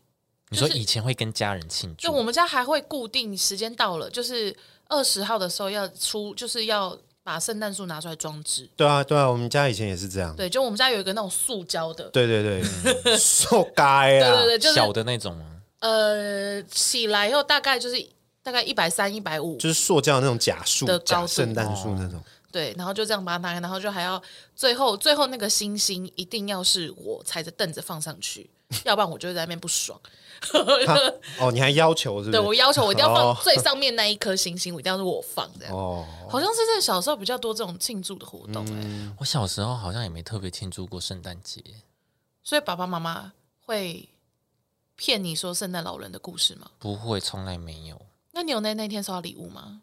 Speaker 2: 你说
Speaker 1: 就是
Speaker 2: 以前会跟家人庆
Speaker 1: 就
Speaker 2: 祝，
Speaker 1: 我们家还会固定时间到了，就是二十号的时候要出，就是要把圣诞树拿出来装置。
Speaker 3: 对啊，对啊，我们家以前也是这样，
Speaker 1: 对，就我们家有一个那种塑胶的，
Speaker 3: 对对 嗯对，受该
Speaker 1: 对对
Speaker 3: 啦，
Speaker 1: 对，就是
Speaker 2: 小的那种吗？
Speaker 1: 呃，起来以后大概就是大概一百三、一百五，
Speaker 3: 就是塑胶那种假树
Speaker 1: 的、高
Speaker 3: 假
Speaker 1: 度
Speaker 3: 圣
Speaker 2: 哦
Speaker 3: 诞树那种，
Speaker 1: 对，然后就这样把它拿开，然后就还要最后最后那个星星一定要是我踩着凳子放上去，要不然我就会在那边不爽。
Speaker 3: 他哦，你还要求是
Speaker 1: 对
Speaker 3: 不
Speaker 1: 我
Speaker 3: 是？
Speaker 1: 要求我一定要
Speaker 3: 哦
Speaker 1: 放最上面那一颗星星，我一定要是我放这样。
Speaker 3: 哦，
Speaker 1: 好像是在小时候比较多这种庆祝的活动哎、
Speaker 2: 我小时候好像也没特别庆祝过圣诞节，
Speaker 1: 所以爸爸妈妈会骗你说圣诞老人的故事吗？
Speaker 2: 不会，从来没有，
Speaker 1: 那你有那那天收到礼物吗？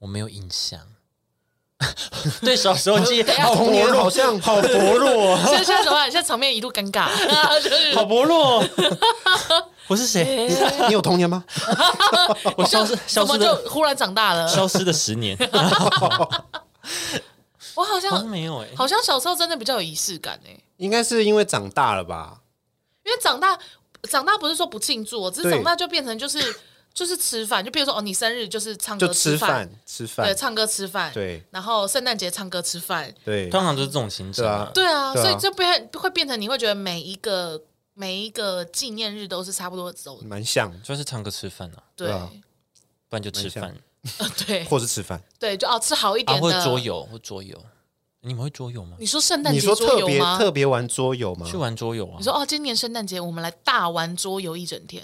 Speaker 2: 我没有印象。 对，小时候 记忆
Speaker 1: 啊
Speaker 2: 好
Speaker 3: 童
Speaker 2: 薄
Speaker 3: 年好哦
Speaker 2: 弱，
Speaker 3: 像
Speaker 2: 好薄弱 哦，
Speaker 1: 所以现在怎么办？现在场面一度尴尬， 就是
Speaker 2: 好薄弱哦。我是谁？
Speaker 3: 你有童年吗？
Speaker 2: 我消失，
Speaker 1: 就
Speaker 2: 消
Speaker 1: 哦怎么
Speaker 2: 失
Speaker 1: 就
Speaker 2: 的，
Speaker 1: 忽然长大了？
Speaker 2: 消失的十年，
Speaker 1: 我好像
Speaker 2: 好像
Speaker 3: 哦
Speaker 2: 没有哎。
Speaker 1: 好像小时候真的比较有仪式感哎、
Speaker 3: 应该是因为长大了吧？
Speaker 1: 因为长大长大不是说不庆祝哦，只是
Speaker 3: 对
Speaker 1: 长大就变成就是 就是吃饭，就比如说哦，你生日就是唱歌
Speaker 3: 就吃
Speaker 1: 饭
Speaker 3: 饭，吃
Speaker 1: 对，
Speaker 3: 饭，
Speaker 1: 唱歌吃饭，
Speaker 3: 对，
Speaker 1: 然后圣诞节唱歌吃饭，
Speaker 3: 对
Speaker 2: 通常都是这种行程
Speaker 3: 对啊，
Speaker 1: 对啊，
Speaker 3: 对啊
Speaker 1: 所以就变会变成你会觉得每一个每一个纪念日都是差不多走，
Speaker 3: 蛮像，
Speaker 2: 就是唱歌吃饭啊，
Speaker 1: 对
Speaker 3: 对啊
Speaker 2: 不然就吃
Speaker 3: 蛮
Speaker 2: 饭
Speaker 1: 对
Speaker 3: 或是吃饭。
Speaker 1: 对，就哦吃好一
Speaker 2: 啊，
Speaker 1: 啊点
Speaker 2: 或者
Speaker 1: 的
Speaker 2: 桌。游，或桌游。你们会桌游吗？
Speaker 1: 你说圣诞
Speaker 3: 你
Speaker 1: 节
Speaker 3: 说
Speaker 1: 桌
Speaker 3: 特
Speaker 1: 游
Speaker 3: 别
Speaker 1: 吗？
Speaker 3: 特别玩桌游吗
Speaker 2: 去？玩桌游啊
Speaker 1: 你？说哦，今年圣诞节我们来大玩桌游一整天，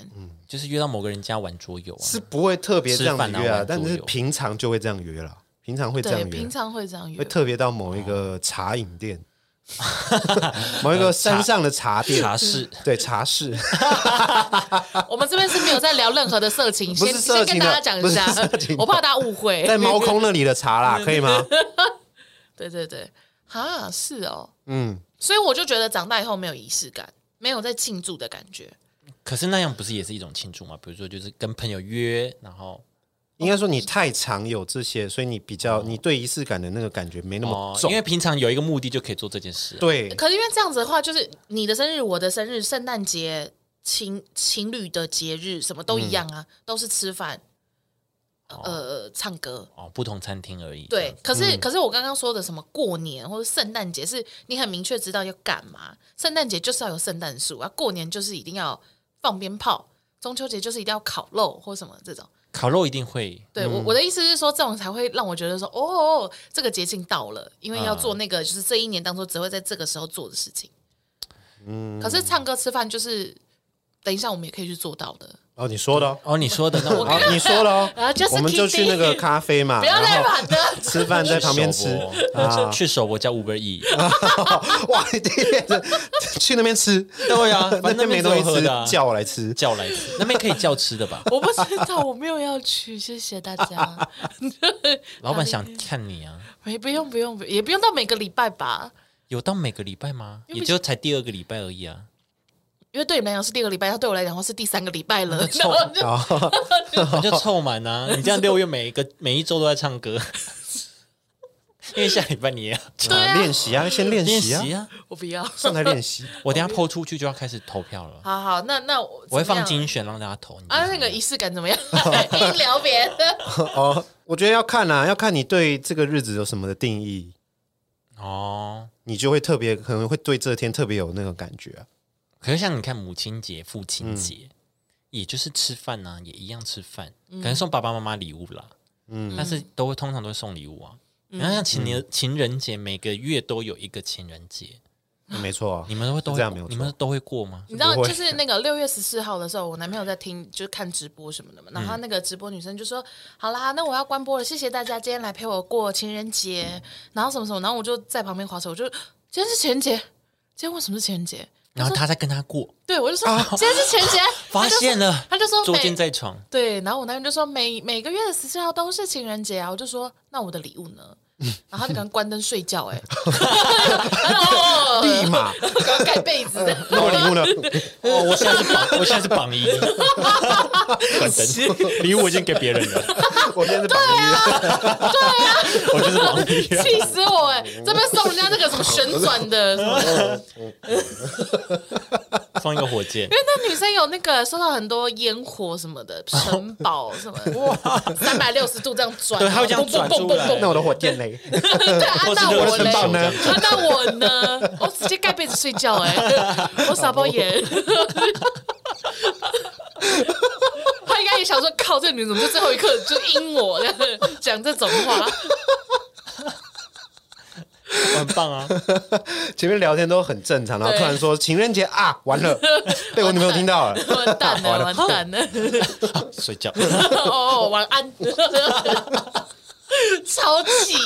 Speaker 2: 就是约到某个人家玩桌游啊？
Speaker 3: 是不会特别这样
Speaker 2: 吃饭啊
Speaker 3: 约啊
Speaker 2: 玩，桌
Speaker 3: 但
Speaker 2: 游
Speaker 3: 是平常就会这样约了，平常会这
Speaker 1: 对，
Speaker 3: 样约
Speaker 1: 平，常会这样约
Speaker 3: 会。特别到某一
Speaker 2: 哦
Speaker 3: 个茶饮店， 某
Speaker 2: 呃
Speaker 3: 一个山上的茶
Speaker 1: 嗯
Speaker 3: 店，
Speaker 2: 茶室，
Speaker 3: 对 茶室，
Speaker 1: 我们这边是没有在聊任何的色情，
Speaker 3: 不
Speaker 1: 先
Speaker 3: 是色
Speaker 1: 先
Speaker 3: 情
Speaker 1: 跟
Speaker 3: 的
Speaker 1: 大家讲一下
Speaker 3: 不是色情，的
Speaker 1: 我怕大家误会。
Speaker 3: 在猫空那里的茶 啦，可以吗？
Speaker 1: 对对对，哈是哦，
Speaker 3: 嗯，
Speaker 1: 所以我就觉得长大以后没有仪式感，没有在庆祝的感觉。
Speaker 2: 可是那样不是也是一种庆祝吗？比如说，就是跟朋友约，然后
Speaker 3: 应该说你太常有这些，所以你比较你对仪式感的那个感觉没那么
Speaker 2: 哦，
Speaker 3: 重
Speaker 2: 因，为平常有一个目的就可以做这件事啊。
Speaker 3: 对
Speaker 1: 可是因为这样子的话，就是你的生日、我的生日、圣诞节、情情侣的节日，什么都
Speaker 3: 嗯
Speaker 1: 一样啊，都是吃饭，呃，唱歌。
Speaker 2: 哦，不同餐厅而已。这
Speaker 1: 对
Speaker 2: 样，，
Speaker 1: 可是、可是我刚刚说的什么过年或者圣诞节，是你很明确知道要干嘛。圣诞节就是要有圣诞树啊，过年就是一定要放鞭炮，中秋节就是一定要烤肉或什么这种。
Speaker 2: 烤肉一定会
Speaker 1: 对我、我的意思是说，这种才会让我觉得说，哦，这个节庆到了，因为要做那个、就是这一年当中只会在这个时候做的事情。嗯，可是唱歌吃饭就是，等一下我们也可以去做到的。
Speaker 3: 哦，你说的哦，
Speaker 2: 哦，你说的那我
Speaker 3: 好你说 的
Speaker 1: 啊
Speaker 2: 呃
Speaker 3: 哦
Speaker 1: ，just，
Speaker 3: 我们就
Speaker 1: kidding
Speaker 3: 去那个咖啡嘛，
Speaker 1: 不要再
Speaker 3: 然后
Speaker 1: 把的
Speaker 3: 吃饭在旁 边吃啊，
Speaker 2: 去首博叫 Uber E，
Speaker 3: 哇，你第一个去那边吃，
Speaker 2: 对啊
Speaker 3: 那
Speaker 2: 反正那
Speaker 3: 边没
Speaker 2: 边
Speaker 3: 东西
Speaker 2: 只有喝
Speaker 3: 吃
Speaker 2: 的啊，
Speaker 3: 叫我 来吃，
Speaker 2: 叫来吃，那边可以叫吃的吧？
Speaker 1: 我不知道，我没有要去，谢谢大家。
Speaker 2: 老板想看你啊，
Speaker 1: 没哎不用不用，也不用到每个礼拜吧，
Speaker 2: 有到每个礼拜吗？
Speaker 1: 为
Speaker 2: 也就才第二个礼拜而已 啊。
Speaker 1: 因为对你们来讲是第二个礼拜，对我来讲的话是第三个礼拜了。
Speaker 2: 臭，啊
Speaker 3: 哦
Speaker 2: 我就凑满啊！你这样六月每一个 每一周都在唱歌， 因为下礼拜你也要
Speaker 1: 对啊
Speaker 3: 练习啊，先练
Speaker 2: 练
Speaker 3: 习啊，
Speaker 2: 习啊！
Speaker 1: 我不要。
Speaker 3: 上台练习。
Speaker 2: 我等一下抛出去就要开始投票了，
Speaker 1: 好好，那那我
Speaker 2: 我会放
Speaker 1: 怎么样
Speaker 2: 精选让大家投。你觉
Speaker 1: 啊，
Speaker 2: 得
Speaker 1: 那个仪式感怎么样？ 硬聊别的，
Speaker 3: 哦，我觉得要看啊，要看你对这个日子有什么的定义，
Speaker 2: 哦，
Speaker 3: 你就会特别可能会对这天特别有那种感觉啊。
Speaker 2: 可是像你看母亲节、父亲节，也就是吃饭呐、也一样吃饭，
Speaker 1: 嗯
Speaker 2: 可能送爸爸妈妈礼物啦。嗯，但是都会通常都会送礼物啊。
Speaker 1: 嗯
Speaker 2: 然后像情人情人节，每个月都有一个情人节，
Speaker 3: 没错啊，
Speaker 2: 你们都会都
Speaker 3: 是这样没
Speaker 2: 会
Speaker 3: 有
Speaker 2: 你们
Speaker 3: 错。
Speaker 2: 都会过吗？
Speaker 1: 你知道，
Speaker 3: 不会
Speaker 1: 就是那个六月十四号的时候，我男朋友在听，就是看直播什么的嘛。然后他那个直播女生就说：“好啦，那我要关播了，谢谢大家今天来陪我过情人节。然后什么什么，然后我就在旁边划手，我就今天是情人节，今天为什么是情人节？
Speaker 2: 然后他在跟他过，
Speaker 1: 对我就说、今天是情人节，
Speaker 2: 发现了，
Speaker 1: 他就说
Speaker 2: 捉
Speaker 1: 每
Speaker 2: 奸在床。
Speaker 1: 对，然后我男友就说每每个月的十四号都是情人节啊，我就说那我的礼物呢？然后他就赶快关灯睡觉、欸，哎，
Speaker 3: 立 马，
Speaker 1: 赶快盖被子，
Speaker 2: 哎
Speaker 3: 那我礼 物呢？
Speaker 2: 哦，我现在是榜，我现在 是榜一，关灯，礼物我已经给别人了，
Speaker 3: 我现在是榜
Speaker 1: 啊
Speaker 3: 一，
Speaker 2: 我就是榜一。
Speaker 1: 气死我、欸！哎，这边送人家那个什么旋转的，什么
Speaker 2: 放一个火箭
Speaker 1: 因，为那女生有那个收到很多烟火什么的， 城堡什么的，三百六十度这样转，
Speaker 2: 对她会这样转出来
Speaker 3: 那我的火箭嘞？
Speaker 1: 对啊，
Speaker 2: 或是
Speaker 1: 那
Speaker 2: 热
Speaker 1: 我
Speaker 2: 气
Speaker 1: 嘞，
Speaker 2: 球这样
Speaker 1: 啊，那我呢？ 我直接盖被子睡觉、哎，我撒包盐。 他应该也想说，靠，这个女怎么就最后一刻就阴我这样讲这种话？
Speaker 2: 很棒啊！
Speaker 3: 前面聊天都很正常，然后
Speaker 1: 对
Speaker 3: 突然说情人节啊，完 了，被我女朋友听到了。
Speaker 1: 完蛋了，完蛋了！
Speaker 2: 睡觉，
Speaker 1: 哦，晚安， 超气，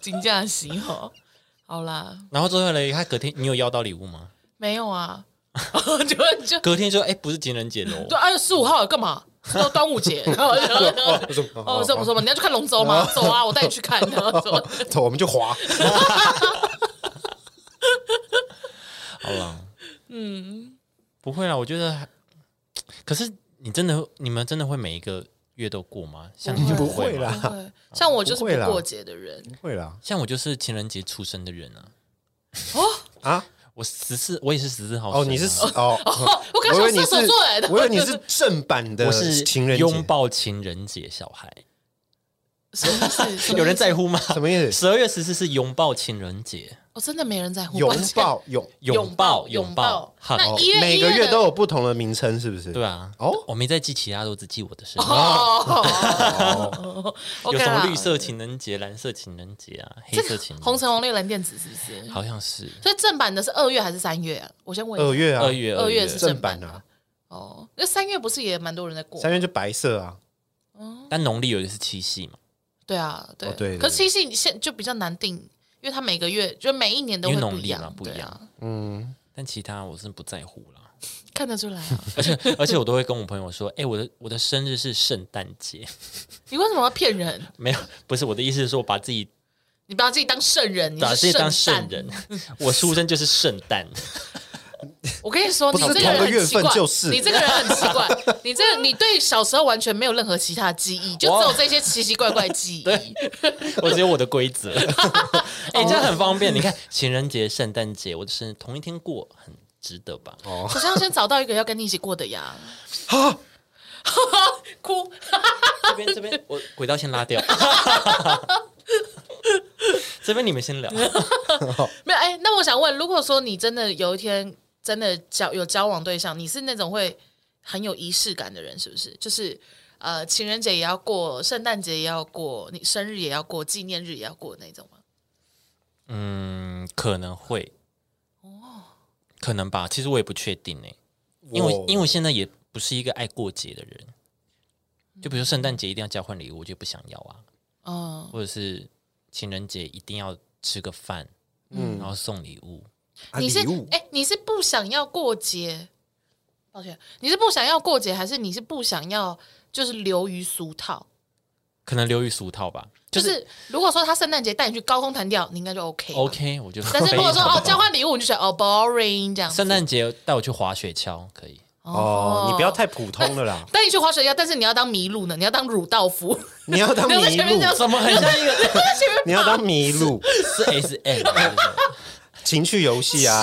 Speaker 1: 金价洗哦。好啦，
Speaker 2: 然后最后嘞，他隔天你有要到礼物吗？
Speaker 1: 没有啊， 就就
Speaker 2: 隔天说，哎、不是情人节喽，
Speaker 1: 对，二月十五号干嘛？说端午节， 然后然后然后哦，什么什么，你要去看龙舟
Speaker 3: 哦
Speaker 1: 吗？走啊，我带你去看。 然后走，
Speaker 3: 走，我们就滑。
Speaker 2: 好了，嗯，不会啦，我觉得还，可是你真的，你们真的会每一个月都过吗？像你就
Speaker 3: 不
Speaker 2: 会
Speaker 3: 会
Speaker 2: 吗，
Speaker 3: 啦，
Speaker 1: 对，像我就是
Speaker 3: 不会啦
Speaker 1: 不过节的人
Speaker 3: 不会啦
Speaker 2: 像我就是情人节出生的人啊，
Speaker 1: 哦，
Speaker 3: 啊！
Speaker 2: 我十四，我也是十四号生啊。
Speaker 3: 哦，你是哦，
Speaker 1: 我刚
Speaker 3: 以
Speaker 1: 想
Speaker 3: 为你
Speaker 1: 射
Speaker 3: 是
Speaker 1: 手座来的，
Speaker 3: 我以为你是正版的
Speaker 2: 我是
Speaker 3: 情人节，
Speaker 2: 拥抱情人节小孩，
Speaker 1: 什 么意思？什么意思
Speaker 2: 有人在乎吗？
Speaker 3: 什 么意思？
Speaker 2: 十二月十四是拥抱情人节，
Speaker 1: 哦，真的没人在乎
Speaker 3: 拥
Speaker 1: 抱歉
Speaker 3: 抱拥
Speaker 2: 拥抱拥抱，哈
Speaker 1: 那
Speaker 2: 哦
Speaker 1: 一月
Speaker 3: 每个
Speaker 1: 一
Speaker 3: 月
Speaker 1: 的
Speaker 3: 都有不同的名称，是不是？
Speaker 2: 对啊，
Speaker 3: 哦
Speaker 2: 我没在记其他的，我只记我的生 日。
Speaker 1: 哦，
Speaker 2: 有
Speaker 1: OK
Speaker 2: 什么
Speaker 1: 啦
Speaker 2: 绿色情人节、蓝色情人节啊，黑色情人
Speaker 1: 红
Speaker 2: 节，
Speaker 1: 橙黄绿蓝靛紫是不是？
Speaker 2: 好像是
Speaker 1: 所以正版的是二月还是三月啊？我先问一下
Speaker 3: 二月啊，
Speaker 2: 二月，
Speaker 1: 二
Speaker 2: 二
Speaker 1: 月
Speaker 2: 月
Speaker 1: 是
Speaker 3: 正版啊，
Speaker 1: 哦，那三月不是也蛮多人在过？
Speaker 3: 三月就白色啊，
Speaker 2: 但农历有一个是七夕嘛，
Speaker 1: 对啊，对。
Speaker 3: 哦对对
Speaker 1: 可是七夕现就比较难定，因为它每个月就每一年都会
Speaker 2: 因为
Speaker 1: 不一
Speaker 2: 农历
Speaker 1: 样
Speaker 2: 嘛，不一
Speaker 1: 对
Speaker 2: 样
Speaker 1: 啊，
Speaker 3: 嗯，
Speaker 2: 但其他我是不在乎啦。
Speaker 1: 看得出来啊。
Speaker 2: 而且 而且我都会跟我朋友说，哎、我的我的生日是圣诞节，
Speaker 1: 你为什么要骗人？
Speaker 2: 没有，不是我的意思是说，我把自己
Speaker 1: 你把自己当圣人，你
Speaker 2: 把自己当
Speaker 1: 圣
Speaker 2: 圣
Speaker 1: 诞
Speaker 2: 人。， 我出生就是圣诞，
Speaker 1: 我跟你说，
Speaker 3: 不
Speaker 1: 你
Speaker 3: 是
Speaker 1: 这个人
Speaker 3: 同个月
Speaker 1: 很奇怪
Speaker 3: 份，就是
Speaker 1: 你这个人很奇 怪，你这个你对小时候完全没有任何其他的记忆，就只有这些奇奇怪怪 记忆。
Speaker 2: 我只有我的规则。哎、这样很方便，你看情人节、圣诞节，我的生日同一天过，很值得吧？哦，
Speaker 1: 可是要先找到一个要跟你一起过的呀。哭，
Speaker 2: 这边这边我轨道先拉掉， 这边你们先聊。
Speaker 1: 没有哎、那我想问，如果说你真的有一天真的交有交往对象，你是那种会很有仪式感的人，是不是？就是呃，情人节也要过，圣诞节也要过，你生日也要过，纪念日也要过那种吗？
Speaker 2: 嗯，可能会，可能吧。其实我也不确定哎、因为
Speaker 3: 我
Speaker 2: 因为我现在也不是一个爱过节的人，就比如说圣诞节一定要交换礼物，我就不想要啊，
Speaker 1: 嗯，
Speaker 2: 或者是情人节一定要吃个饭，嗯，然后送礼物，
Speaker 3: 啊
Speaker 1: 你是
Speaker 3: 礼物
Speaker 1: 哎、你是不想要过节？抱歉，你是不想要过节，还是你是不想要就是流于俗套？
Speaker 2: 可能流于俗套吧，
Speaker 1: 就、
Speaker 2: 就是
Speaker 1: 如果说他圣诞节带你去高空弹跳，你应该就 OK 吧。
Speaker 2: OK，我就
Speaker 1: 但是如果说
Speaker 2: 非常
Speaker 1: 哦交换礼物，你就觉得哦 boring 这样子。
Speaker 2: 圣诞节带我去滑雪橇可以，
Speaker 3: 哦，你不要太普通了啦，
Speaker 1: 带你去滑雪要，但是你要当麋鹿呢，你要当鲁道 夫，
Speaker 3: 你要 当
Speaker 1: 没有在
Speaker 3: 麋
Speaker 1: 前面这样
Speaker 3: 鹿，
Speaker 1: 子，
Speaker 2: 怎么很像一个
Speaker 3: 你要当麋鹿，
Speaker 2: 是 S M？
Speaker 3: 情趣游戏啊，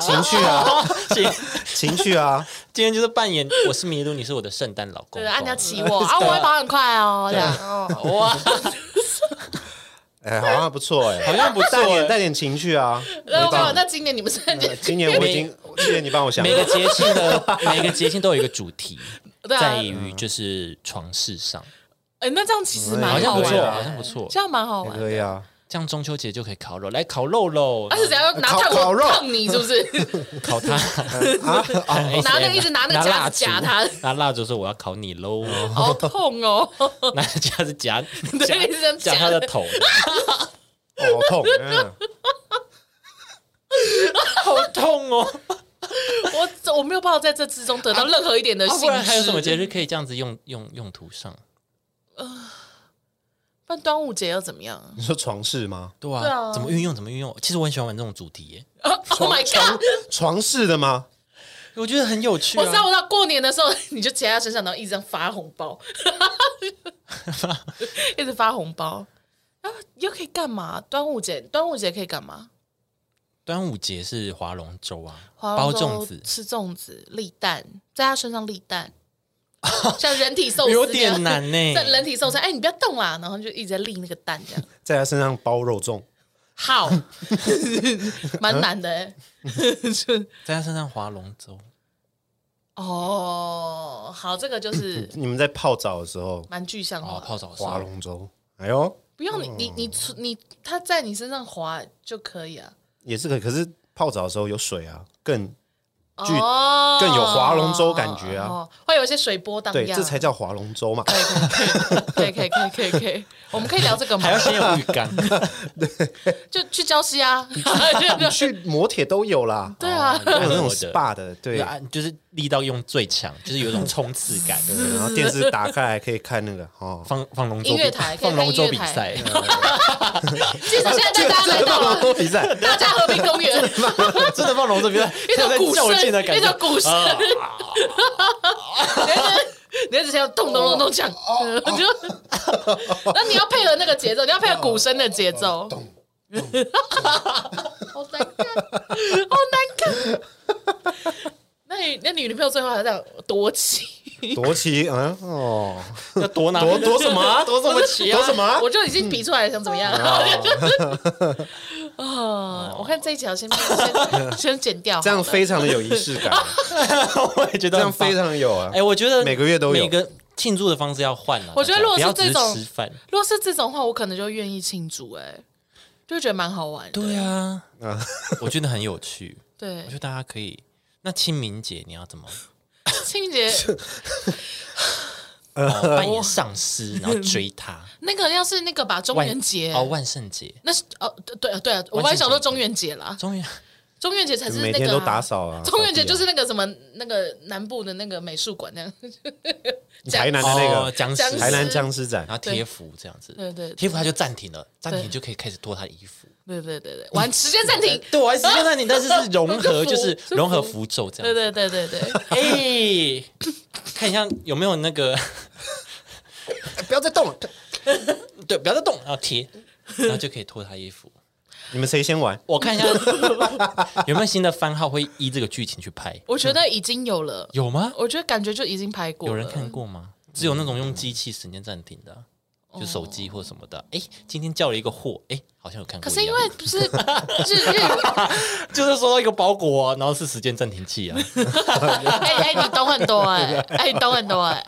Speaker 3: 情趣啊，
Speaker 2: 行，
Speaker 3: 情趣啊，
Speaker 2: 今天就是扮演我是麋鹿，你是我的圣诞老公
Speaker 1: 对，
Speaker 2: 公，
Speaker 1: 按家骑我啊，我会跑很快哦，这样
Speaker 3: 啊
Speaker 1: 哦，
Speaker 2: 哇，
Speaker 3: 哎，好像还不错哎，
Speaker 2: 好像不错
Speaker 3: 带点
Speaker 2: 欸
Speaker 3: 带点情趣啊，
Speaker 1: 那
Speaker 3: 没办
Speaker 1: 我
Speaker 3: 法
Speaker 1: 那今年你们圣诞节
Speaker 3: 呃今年我已经，今年你帮我想
Speaker 2: 每，个节庆的每个节庆都有一个主题，
Speaker 1: 对啊
Speaker 2: 在于就是床事上，
Speaker 1: 哎，那这样其实
Speaker 2: 好
Speaker 1: 蛮
Speaker 2: 像
Speaker 1: 好
Speaker 2: 不
Speaker 1: 玩啊
Speaker 2: 错，
Speaker 1: 的，
Speaker 2: 好像不错。
Speaker 1: 这样蛮好玩的。
Speaker 3: 可以啊，
Speaker 2: 像中秋节就可以烤肉，来烤肉喽，
Speaker 1: 而且只要拿
Speaker 3: 烤
Speaker 1: 炭
Speaker 3: 烤
Speaker 1: 火
Speaker 3: 肉
Speaker 1: 烫你，是不 是？
Speaker 2: 烤它， 哎
Speaker 3: 啊啊，
Speaker 1: 拿那个一直拿那个夹
Speaker 2: 蜡
Speaker 1: 子
Speaker 2: 烛
Speaker 1: 夹它，
Speaker 2: 拿蜡烛说我要烤你喽，
Speaker 1: 好痛哦！
Speaker 2: 拿夹子夹
Speaker 1: 对，一直这样
Speaker 2: 夹
Speaker 1: 夹
Speaker 2: 他的 头，
Speaker 3: 哦好痛，嗯
Speaker 2: 好痛哦。
Speaker 1: 我我没有办法在这之中得到任何一点的
Speaker 2: 啊
Speaker 1: 兴
Speaker 2: 不
Speaker 1: 趣。
Speaker 2: 然还有什么节日可以这样子用用用途上？
Speaker 1: 办端午节要怎么样 啊
Speaker 3: 你说床事吗？
Speaker 2: 对
Speaker 1: 对啊
Speaker 2: 啊，怎么运用怎么运用？其实我很喜欢玩这种主题耶，
Speaker 1: ？Oh my god！
Speaker 3: 床事的吗？
Speaker 2: 我觉得很有趣
Speaker 1: 我知道，
Speaker 2: 啊。
Speaker 1: 我知道，过年的时候你就骑在他身上，然后一直这样发红 包，一直发红包，然后又可以干嘛？端午节，端午节可以干嘛？
Speaker 2: 端午节是划龙舟啊，
Speaker 1: 划
Speaker 2: 包
Speaker 1: 龙舟
Speaker 2: 粽子，
Speaker 1: 吃粽子，立蛋，在他身上立 蛋，像人体寿司
Speaker 2: 有
Speaker 1: 那
Speaker 2: 点
Speaker 1: 样。
Speaker 2: 难欸 呢。
Speaker 1: 在人体寿司，哎，你不要动啦，然后就一直在立那个蛋，这样
Speaker 3: 在他身上包肉粽，
Speaker 1: 好，蛮难的、欸。
Speaker 3: 嗯
Speaker 1: 就
Speaker 2: 在他身上划龙舟，
Speaker 1: 哦，好，这个就是
Speaker 3: 你们在泡澡的时候
Speaker 1: 蛮具象化
Speaker 2: 哦，
Speaker 1: 的。
Speaker 2: 泡澡
Speaker 3: 划
Speaker 2: 是
Speaker 3: 龙舟，哎呦，
Speaker 1: 不用你你你出你他在你身上滑就可以啊，
Speaker 3: 也是可以，可是泡澡的时候有水啊，更具
Speaker 1: 哦，
Speaker 3: 更有划龙舟感觉啊
Speaker 1: 哦，会有一些水波荡
Speaker 3: 对，
Speaker 1: 漾，
Speaker 3: 这才叫划龙舟 嘛。
Speaker 1: 可以可以可以可以可以可以，我们可以聊这个吗
Speaker 2: 还？要先有浴 缸，
Speaker 1: 就去礁溪啊，
Speaker 3: 你去哦摩铁都有啦，
Speaker 1: 对啊，
Speaker 3: 都有那种
Speaker 2: 我的
Speaker 3: SPA 的，对
Speaker 2: 对。啊，就是力道用最强，就是有一种冲刺感。
Speaker 3: 对然后电视打开来可以看那个 哦，
Speaker 2: 放放龙舟比，
Speaker 1: 音乐台可以
Speaker 2: 放
Speaker 1: 看
Speaker 2: 龙舟
Speaker 1: 音乐
Speaker 2: 比
Speaker 1: 台
Speaker 2: 赛，
Speaker 1: 至少现在大家来到
Speaker 3: 放龙
Speaker 1: 了
Speaker 3: 舟比赛，
Speaker 1: 大家和平公园，
Speaker 2: 真的放龙舟比赛，
Speaker 1: 一种
Speaker 2: 在
Speaker 1: 鼓
Speaker 2: 较
Speaker 1: 声，
Speaker 2: 劲的感
Speaker 1: 一种
Speaker 2: 觉。啊
Speaker 1: 鼓声，你要只要咚咚咚咚
Speaker 2: 啊
Speaker 1: 讲，就 那你要配合那个节奏，你要配合鼓声的节奏。好难看，好难看。那你那你女朋友最后还在躲起，
Speaker 3: 夺旗，嗯，哦，
Speaker 2: 要躲哪？
Speaker 3: 夺夺什么 啊？
Speaker 2: 躲什么哦棋啊？
Speaker 3: 夺什么啊？
Speaker 1: 我就已经比出来想怎么样。 啊，我看这一条先先先剪掉好了，
Speaker 3: 这样非常的有仪式 感，
Speaker 2: 我也觉得很
Speaker 3: 这样
Speaker 2: 棒
Speaker 3: 非常有啊
Speaker 2: 哎、。我觉得
Speaker 3: 每个月都有
Speaker 2: 每个庆祝的方式要换了。
Speaker 1: 我觉得如果
Speaker 2: 大家
Speaker 1: 是这种
Speaker 2: 不要只是吃饭，
Speaker 1: 如果是这种话，我可能就愿意庆祝、欸，哎，就会觉得蛮好玩的。
Speaker 2: 对啊，
Speaker 3: 啊
Speaker 2: 我觉得很有趣。我
Speaker 1: 对
Speaker 2: 觉，得大家可以。那清明节你要 怎么？
Speaker 1: 清明节
Speaker 2: 哦、扮演丧尸，然后追 他。
Speaker 1: 那个要是那个吧，中元节
Speaker 2: 哦，万圣节，
Speaker 1: 那是哦，对对对啊，我本来想说中元节啦，
Speaker 2: 终于
Speaker 1: 中元节才是那个、
Speaker 3: 每
Speaker 1: 啊、
Speaker 3: 天都打扫啊，
Speaker 1: 中元节就是那个什么那个南部的那个美术馆那样，
Speaker 3: 台南的那
Speaker 2: 哦
Speaker 3: 个
Speaker 2: 僵尸，啊
Speaker 1: 僵尸
Speaker 3: 台南僵尸展
Speaker 2: 然，后贴符这样子，
Speaker 1: 对对对
Speaker 2: 贴符他就暂停了，暂
Speaker 1: 对
Speaker 2: 停就可以开始脱他的衣服。
Speaker 1: 对对对对，玩时间暂停，
Speaker 2: 对，我还是暂停，但是是融合，
Speaker 1: 是符
Speaker 2: 就是
Speaker 1: 是符
Speaker 2: 融合符咒这
Speaker 1: 对
Speaker 2: 样子。
Speaker 1: 对对对对，
Speaker 2: 哎，看一下有没有那个，
Speaker 3: 哎不要再动了。
Speaker 2: 对，不要再动，然后贴，然后就可以脱他衣服。
Speaker 3: 你们谁先玩？
Speaker 2: 我看一下 有没有新的番号会依这个剧情去拍，
Speaker 1: 我觉得已经有了，
Speaker 2: 有吗？
Speaker 1: 我觉得感觉就已经拍过
Speaker 2: 有
Speaker 1: 了，
Speaker 2: 人看过吗？只有那种用机器时间暂停的啊、就手机或什么的。哎，今天叫了一个货，哎，好像有看过
Speaker 1: 可
Speaker 2: 一样。
Speaker 1: 是因为不是日日，
Speaker 2: 就是收到一个包裹、啊，然后是时间暂停器啊。
Speaker 1: 哎哎，你懂很多哎，哎你懂很多哎，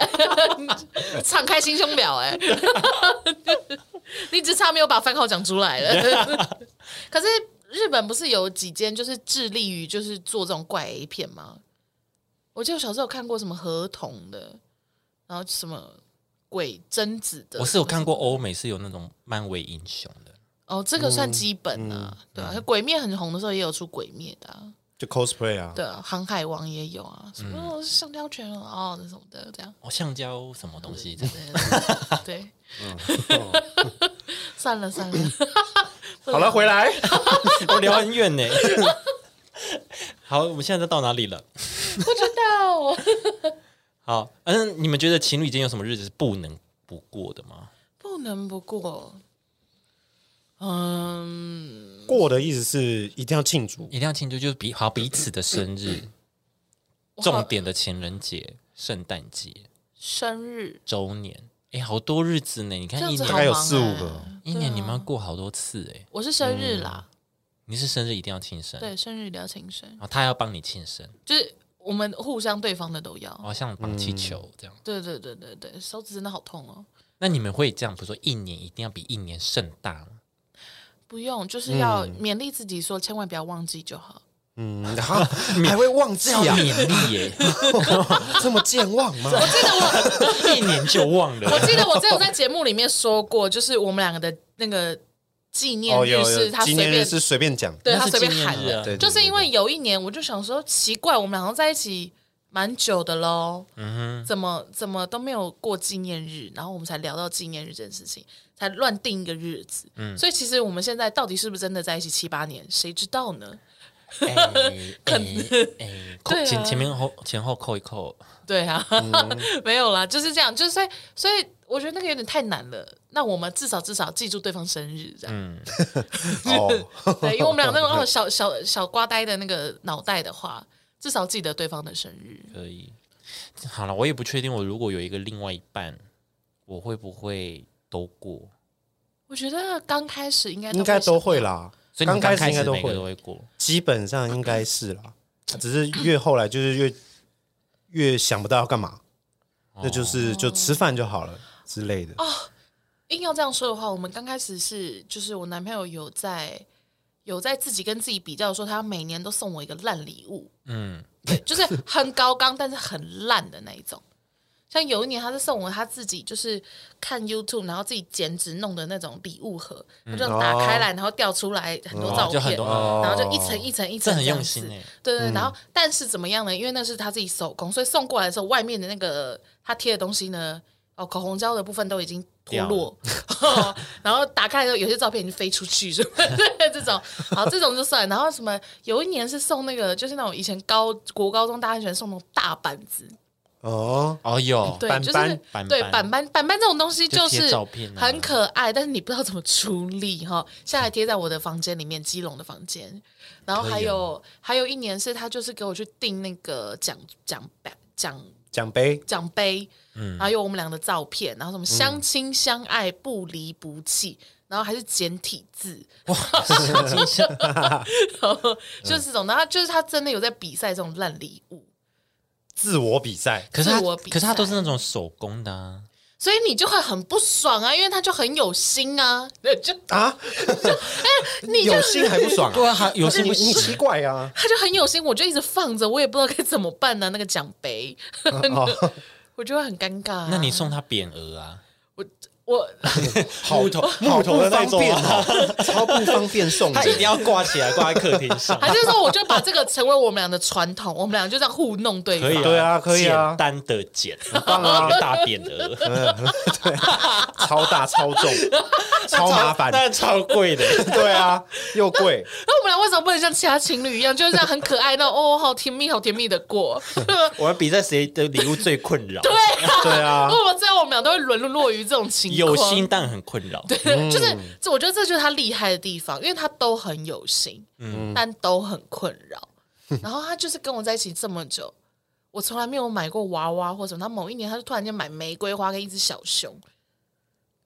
Speaker 1: 敞开心胸表哎，你只差没有把番号讲出来了。可是日本不是有几间就是致力于就是做这种怪 A 片吗？我记得我小时候有看过什么合同的，然后什么鬼贞子的，
Speaker 2: 我是有看过欧美是有那种漫威英雄的，
Speaker 1: 哦，这个
Speaker 2: 嗯
Speaker 1: 算基本啊，对啊，鬼灭很红的时候也有出鬼灭的、啊，
Speaker 3: 就 cosplay 啊，
Speaker 1: 对啊，航海王也有啊，什
Speaker 2: 嗯
Speaker 1: 么、哦橡胶拳哦，那什么的这样。
Speaker 2: 哦，橡胶什么东西 这样。
Speaker 1: 对，嗯 算了算了，
Speaker 3: 好了，回来。
Speaker 2: 我聊很远呢。 好，我们现在到哪里了？
Speaker 1: 不知道
Speaker 2: 好，嗯，你们觉得情侣间有什么日子是不能不过的吗？
Speaker 1: 不能不过，嗯，
Speaker 3: 过的意思是一定要庆祝，
Speaker 2: 一定要庆祝，就是彼好彼此的生日，重点的情人节、圣诞节、
Speaker 1: 生日
Speaker 2: 周年，哎，好多日子呢。你
Speaker 1: 这
Speaker 2: 看
Speaker 1: 样
Speaker 2: 一
Speaker 1: 子
Speaker 3: 大
Speaker 1: 好
Speaker 2: 年，
Speaker 3: 概有
Speaker 1: 忙
Speaker 3: 四五
Speaker 1: 欸
Speaker 3: 个
Speaker 2: 一年你们要
Speaker 1: 对啊
Speaker 2: 过好多次哎。
Speaker 1: 我是生日啦，
Speaker 2: 你是生日一定要庆
Speaker 3: 嗯
Speaker 2: 生，然
Speaker 1: 对，生日聊情深，
Speaker 2: 后他要帮你庆生，
Speaker 1: 就是我们互相对方的都要。
Speaker 3: 哦
Speaker 2: 好像绑气球
Speaker 1: 嗯
Speaker 2: 这样。
Speaker 1: 对对对对对，手指真的好痛哦。
Speaker 2: 那你们会这样，比如说一年一定要比一年盛大 吗？
Speaker 1: 不用，就是要勉励自己说，千万不要忘记就 好。
Speaker 3: 嗯，哈 还会忘记啊？
Speaker 2: 勉励耶，
Speaker 3: 这么健忘 吗？
Speaker 2: 一年就忘
Speaker 1: 我
Speaker 2: 了。
Speaker 1: 记得我真有在节目里面说过，就是我们两个的那个纪念
Speaker 3: 哦，
Speaker 1: 日
Speaker 3: 有
Speaker 1: 是
Speaker 3: 有，
Speaker 1: 他随
Speaker 3: 纪念日
Speaker 1: 便
Speaker 3: 是随便讲，
Speaker 1: 对
Speaker 2: 那
Speaker 1: 他
Speaker 2: 是
Speaker 1: 随便
Speaker 2: 纪念
Speaker 1: 喊
Speaker 2: 日啊
Speaker 1: 的，
Speaker 3: 对对
Speaker 1: 就是因为有一年我就想说，奇怪，我们两个在一起蛮久的喽，
Speaker 3: 嗯
Speaker 2: 嗯
Speaker 1: 怎么怎么都没有过纪念日，然后我们才聊到纪念日这件事情，才乱定一个日子，
Speaker 3: 嗯
Speaker 1: 所以其实我们现在到底是不是真的在一起七八年，谁知道 呢？
Speaker 2: 哎哎哎，扣
Speaker 1: 对啊
Speaker 2: 前前面后前后扣一扣，
Speaker 1: 对啊，
Speaker 3: 嗯
Speaker 1: 没有啦，就是这样，就是所以所以我觉得那个有点太难了。那我们至少至少记住对方生日这样，
Speaker 3: 嗯哦，
Speaker 1: 对，因为我们俩那种那种小小小瓜呆的那个脑袋的话，至少记得对方的生日。
Speaker 2: 可以。好了，我也不确定，我如果有一个另外一半，我会不会都过？
Speaker 1: 我觉得刚开始应该
Speaker 3: 应该都会
Speaker 1: 想
Speaker 3: 啦。
Speaker 2: 所以你们
Speaker 3: 刚
Speaker 2: 刚
Speaker 3: 开始
Speaker 2: 开
Speaker 3: 应
Speaker 2: 始
Speaker 3: 该都
Speaker 2: 每个
Speaker 3: 会
Speaker 2: 都会过。
Speaker 3: 基本上应该是啦，只是越后来就是越越想不到要干嘛，那就是就吃饭就好了之类的。
Speaker 1: 硬要这样说的话，我们刚开始是就是我男朋友有在有在自己跟自己比较，说他每年都送我一个烂礼物，
Speaker 2: 嗯，
Speaker 1: 对，就是很高纲但是很烂的那一种。像有一年，他是送我他自己就是看 YouTube，然后自己剪纸弄的那种礼物盒，他
Speaker 3: 嗯
Speaker 1: 就打
Speaker 3: 哦
Speaker 1: 开来，然后掉出来很多照
Speaker 2: 就很
Speaker 1: 片，
Speaker 2: 多哦
Speaker 1: 然后就一层一层一层
Speaker 2: 这很用
Speaker 1: 样
Speaker 2: 心
Speaker 1: 子
Speaker 2: 欸
Speaker 1: 对对，对然后但是怎么样呢？因为那是他自己手工，所以送过来的时候，外面的那个他贴的东西呢，哦，口红胶的部分都已经脱落， 然后打开的时候，有些照片已经飞出去，什么 对这种，好，这种就算了。然后什么，有一年是送那个，就是那种以前高国高中大家喜欢送那种大板子，
Speaker 3: 哦，
Speaker 2: 哦，有，
Speaker 1: 对，
Speaker 3: 板
Speaker 1: 就是
Speaker 3: 板
Speaker 2: 板
Speaker 1: 对
Speaker 2: 板
Speaker 1: 板板板板这种东西
Speaker 2: 就贴
Speaker 1: 是
Speaker 2: 照片啊
Speaker 1: 很可爱，但是你不知道怎么处理哈。现在贴在我的房间里面，基隆的房间。然后
Speaker 2: 可以哦
Speaker 1: 还有、还有一年是他就是给我去订那个奖奖杯奖
Speaker 3: 奖杯
Speaker 1: 奖杯，
Speaker 2: 嗯
Speaker 1: 然后有我们俩的照片，然后什么相亲相爱不离不弃，然后还是简体字， 然后就是这种，然后就是他真的有在比赛这种烂礼物，
Speaker 3: 自我比赛，
Speaker 2: 可是他，
Speaker 1: 自我比
Speaker 2: 可是他都是
Speaker 1: 赛
Speaker 2: 那种手工的、啊，
Speaker 1: 所以你就会很不爽啊，因为他就很有心啊，对就
Speaker 3: 啊，
Speaker 1: 你就
Speaker 3: 有心还不爽啊？
Speaker 2: 对啊，有些
Speaker 3: 你
Speaker 2: 不
Speaker 3: 你
Speaker 2: 行，
Speaker 3: 奇怪啊，
Speaker 1: 他就很有心，我就一直放着，我也不知道该怎么办啊呢、那个奖杯，
Speaker 3: 哦，
Speaker 1: 我就会很尴尬、
Speaker 2: 那你送他匾额啊？
Speaker 1: 我我
Speaker 3: 好木头
Speaker 2: 木头的那
Speaker 3: 方
Speaker 2: 种
Speaker 3: 便
Speaker 2: 啊
Speaker 3: 哦， 超不方便送
Speaker 2: 他一定
Speaker 3: 人。
Speaker 2: 要挂起来，挂在客厅上。
Speaker 1: 还是说我就把这个成为我们俩的传统，我们俩就这样糊弄对方
Speaker 2: 可以、。
Speaker 3: 对啊可以啊
Speaker 2: 简单的简，
Speaker 3: 棒啊
Speaker 2: 一个大匾额，
Speaker 3: 超大超 重，超麻烦，
Speaker 2: 但 超贵的。
Speaker 3: 对啊，又贵，
Speaker 1: 那我们俩为什么不能像其他情侣一样，就是这样很可爱的哦，好甜蜜，好甜蜜的过？ 对
Speaker 2: 我们比赛谁的礼物最困 扰？
Speaker 1: 啊，
Speaker 3: 对啊
Speaker 1: 为，什么最后我们俩都会沦落于这种情况？
Speaker 2: 有心但很困扰。对，
Speaker 1: 对，就是这，我觉得这就是他厉害的地方，因为他都很有心，但都很困扰。然后他就是跟我在一起这么久，我从来没有买过娃娃或什么。他某一年他就突然间买玫瑰花跟一只小熊，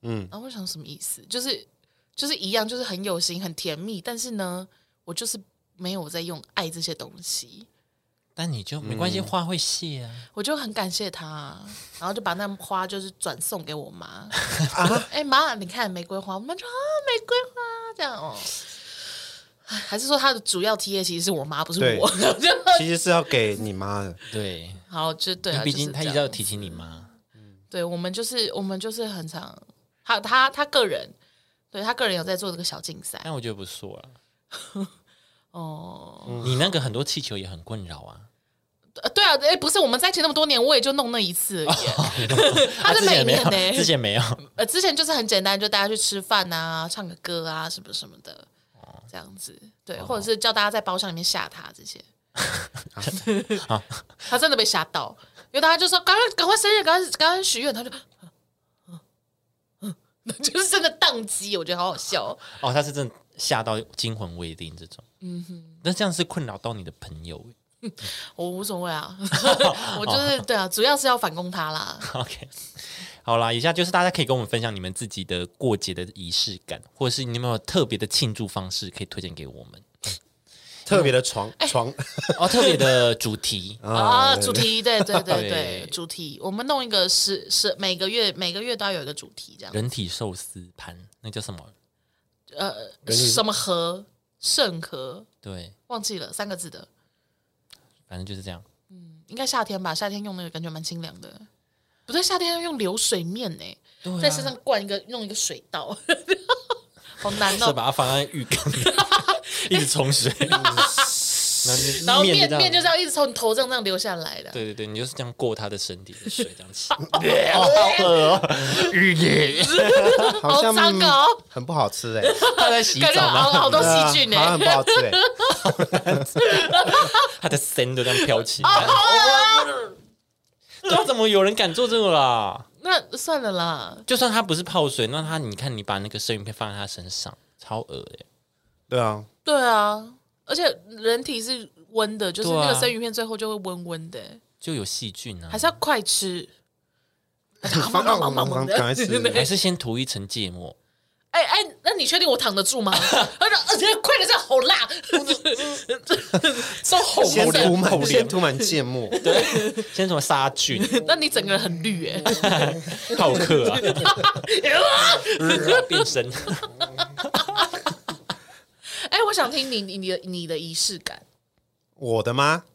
Speaker 1: 嗯
Speaker 3: 嗯，
Speaker 1: 然后我想什么意思？就是就是一样，就是很有心，很甜蜜，但是呢，我就是没有在用爱这些东西。
Speaker 2: 但你就没关系，花会谢啊。
Speaker 1: 我就很感谢他，然后就把那花就是转送给我妈。哎、妈，你看玫瑰花，我妈就啊玫瑰花这样哦。唉还是说他的主要 T A 其实是我妈，不是
Speaker 3: 对
Speaker 1: 我。
Speaker 3: 其实是要给你妈的，
Speaker 2: 对，
Speaker 1: 好，就对啊，
Speaker 2: 毕
Speaker 1: 就
Speaker 2: 竟
Speaker 1: 是
Speaker 2: 他一
Speaker 1: 这
Speaker 2: 直
Speaker 1: 样
Speaker 2: 要提醒你妈。
Speaker 1: 对我们就是我们就是很常，他他他个人，对他个人有在做这个小竞赛
Speaker 2: 但我觉得不错啊，
Speaker 1: 哦。
Speaker 2: 你那个很多气球也很困扰 啊。
Speaker 1: 呃对啊，哎，不是我们在一起那么多年，我也就弄那一次而已。他
Speaker 2: 啊
Speaker 1: 是
Speaker 2: 之
Speaker 1: 每
Speaker 2: 前没
Speaker 1: 年
Speaker 2: 有
Speaker 1: 呢、，
Speaker 2: 之前没有。
Speaker 1: 呃，之前就是很简单，就大家去吃饭啊，唱个歌啊，什么什么的，这样子。对，或者是叫大家在包厢里面吓他这 些。 他真的被吓到，因为大家就说赶快赶快生日，赶快赶快许愿，他就。 嗯嗯，嗯就是真的宕机，我觉得好好笑哦。
Speaker 2: 哦，他是真的吓到惊魂未定这种。嗯哼，那这样是困扰到你的朋友欸。
Speaker 1: 我无所谓 啊，我就是对啊，主要是要反攻他啦。
Speaker 2: OK，好啦，以下就是大家可以跟我们分享你们自己的过节的仪式感，或者是你有没有特别的庆祝方式可以推荐给我们？
Speaker 3: 特别的床床
Speaker 2: 哦，特别的主题
Speaker 1: 啊，主题，对对对对
Speaker 2: 对，
Speaker 1: 主题，我们弄一个十十每个月每个月都要有一个主题这样。
Speaker 2: 人体寿司盘，那叫什么？
Speaker 1: 呃什么和圣和，
Speaker 2: 对，
Speaker 1: 忘记了三个字的，
Speaker 2: 反正就是这样。
Speaker 1: 应该夏天吧？夏天用那个感觉蛮清凉的。不对，夏天要用流水面呢、
Speaker 2: 对啊
Speaker 1: 在身上灌一个弄一个水 稻，好难
Speaker 2: 是
Speaker 1: 哦、
Speaker 2: 把它放在浴 缸里，一直冲水，然
Speaker 1: 然后
Speaker 2: 后
Speaker 1: 面
Speaker 2: 就这
Speaker 1: 面就
Speaker 2: 样
Speaker 1: 是要一直从你头上这样流下来的。
Speaker 2: 对对对，你就是这样过他的身体的水，这 样吃。
Speaker 1: 哦
Speaker 3: 好像
Speaker 1: 脏哦
Speaker 3: 很不好吃哎，啊
Speaker 2: 他在洗
Speaker 1: 感觉
Speaker 2: 澡
Speaker 1: 好
Speaker 2: 吗？
Speaker 1: 好多细菌呢、欸
Speaker 3: 好
Speaker 2: 啊
Speaker 3: 像很不好吃哎，
Speaker 2: 他的身都这样飘起
Speaker 1: 哦
Speaker 2: 来。
Speaker 1: 啊
Speaker 2: 对啊，怎么有人敢做这个啦？
Speaker 1: 那算了啦，
Speaker 2: 就算他不是泡水，那他你看，你把那个生鱼片放在他身上，超恶欸的、
Speaker 3: 对啊，
Speaker 1: 对啊，而且人体是温的，就是
Speaker 2: 对啊
Speaker 1: 那个生鱼片最后就会温温的、
Speaker 2: 就有细菌啊
Speaker 1: 还。是要快吃。
Speaker 3: 放放放放 赶快吃，
Speaker 2: 还是先涂一层芥末，
Speaker 1: 哎哎，那你确定我躺得住吗？ 而且而且快点，这样好辣， 都红
Speaker 3: 先涂
Speaker 1: 色。
Speaker 3: 满先涂满芥末，
Speaker 2: 先什么杀 菌、
Speaker 1: 那你整个人很绿哎，
Speaker 2: 好 客啊，变身。
Speaker 1: 哎，我想听你你你的你的仪式感，
Speaker 3: 我的吗？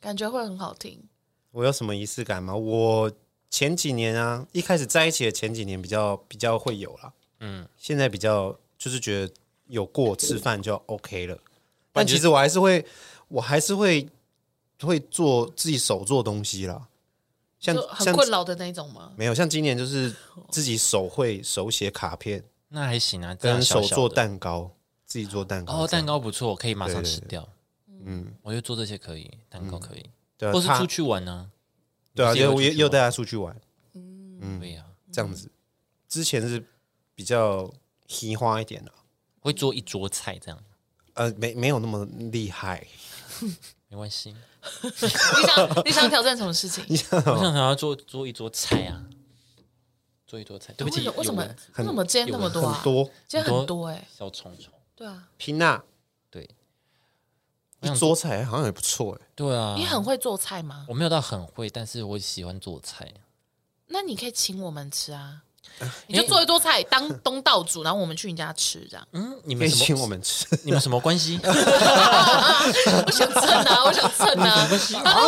Speaker 1: 感觉会很好听。
Speaker 3: 我有什么仪式感吗？我前几年啊，一开始在一起的前几年比较比较会有啦，嗯，现在比较就是觉得有过吃饭就 OK 了，但其实我还是会，我还是会会做自己手做东西啦，像
Speaker 1: 就很
Speaker 3: 像
Speaker 1: 困扰的那种吗？
Speaker 3: 没有像今年就是自己手绘手写卡片
Speaker 2: 那还行啊，这样
Speaker 3: 跟
Speaker 2: 小
Speaker 3: 手
Speaker 2: 小
Speaker 3: 做
Speaker 2: 的
Speaker 3: 蛋糕，自己做蛋糕
Speaker 2: 哦，
Speaker 3: 这
Speaker 2: 蛋
Speaker 3: 样，
Speaker 2: 糕不错，可以马上
Speaker 3: 对对
Speaker 2: 吃掉。嗯，我觉得做这些可以，蛋糕可以，
Speaker 3: 对啊
Speaker 2: 或是
Speaker 3: 他
Speaker 2: 出去玩呢、
Speaker 3: 对啊，
Speaker 2: 你自己会
Speaker 3: 就
Speaker 2: 出去
Speaker 3: 又
Speaker 2: 吗
Speaker 3: 又带他出去玩，嗯
Speaker 2: 对呀、
Speaker 3: 这样子。之前是比较嘻花一点的、
Speaker 2: 会做一桌菜这样，
Speaker 3: 呃，没没有那么厉害。
Speaker 2: 没关系。
Speaker 1: 你想你想挑战什么事情？
Speaker 2: 我 想想要做做一桌菜啊，做一桌菜。对不
Speaker 1: 为
Speaker 2: 起，
Speaker 1: 什么为什么
Speaker 2: 有蚊子
Speaker 1: 为什么今天那么多啊？
Speaker 3: 很多
Speaker 1: 今天很多哎、
Speaker 2: 小虫虫？
Speaker 1: 对啊，
Speaker 3: 缇娜
Speaker 2: 对我想
Speaker 3: 一桌菜好像也不错哎、
Speaker 2: 对啊，
Speaker 1: 你很会做菜吗？
Speaker 2: 我没有到很会，但是我喜欢做菜。
Speaker 1: 那你可以请我们吃啊，你就做一桌菜当东道主，然后我们去你家吃这样。
Speaker 2: 嗯，你
Speaker 3: 可
Speaker 2: 们
Speaker 3: 以
Speaker 2: 什么
Speaker 3: 请我 们吃。
Speaker 2: 你们什么关系？
Speaker 1: 我想蹭啊，我想蹭啊，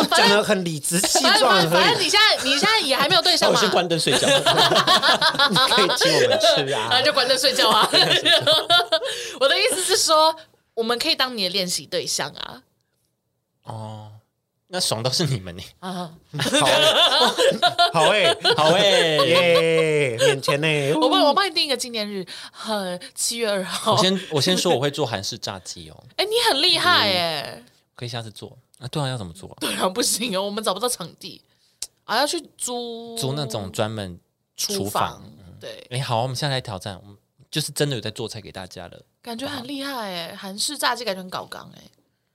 Speaker 1: 反正
Speaker 3: 讲的很理直气
Speaker 1: 反
Speaker 3: 壮，很
Speaker 1: 正
Speaker 3: 合
Speaker 1: 反正
Speaker 3: 理。
Speaker 1: 你现在你现在也还没有对
Speaker 2: 那
Speaker 1: 象
Speaker 2: 哦我
Speaker 1: 嘛，
Speaker 2: 先 关灯睡觉。
Speaker 1: 哦
Speaker 3: 可以请我们吃
Speaker 1: 然
Speaker 3: 啊
Speaker 1: 后。就关灯睡觉啊。我的意思是说，我们可以当你的练习对象啊。
Speaker 2: 哦，那爽到是你们呢。
Speaker 1: 啊！
Speaker 3: 好哎、
Speaker 2: 好 哎、
Speaker 1: 哦
Speaker 3: 耶，免钱欸呢、
Speaker 1: 我帮我帮你定一个纪念日，呃，七月二号
Speaker 2: 我。先我先说我会做韩式炸鸡哦，
Speaker 1: 哎，你很厉害哎、
Speaker 2: 可以下次做啊。对啊，要怎么做啊、
Speaker 1: 对啊，不行哦，我们找不到场地啊，要去租
Speaker 2: 租那种专门
Speaker 1: 厨
Speaker 2: 厨
Speaker 1: 房
Speaker 2: 房。。
Speaker 1: 对，
Speaker 2: 哎、好，我们下次来挑战，我们就是真的有在做菜给大家了，
Speaker 1: 感觉很厉害哎、韩式炸鸡感觉很搞纲哎、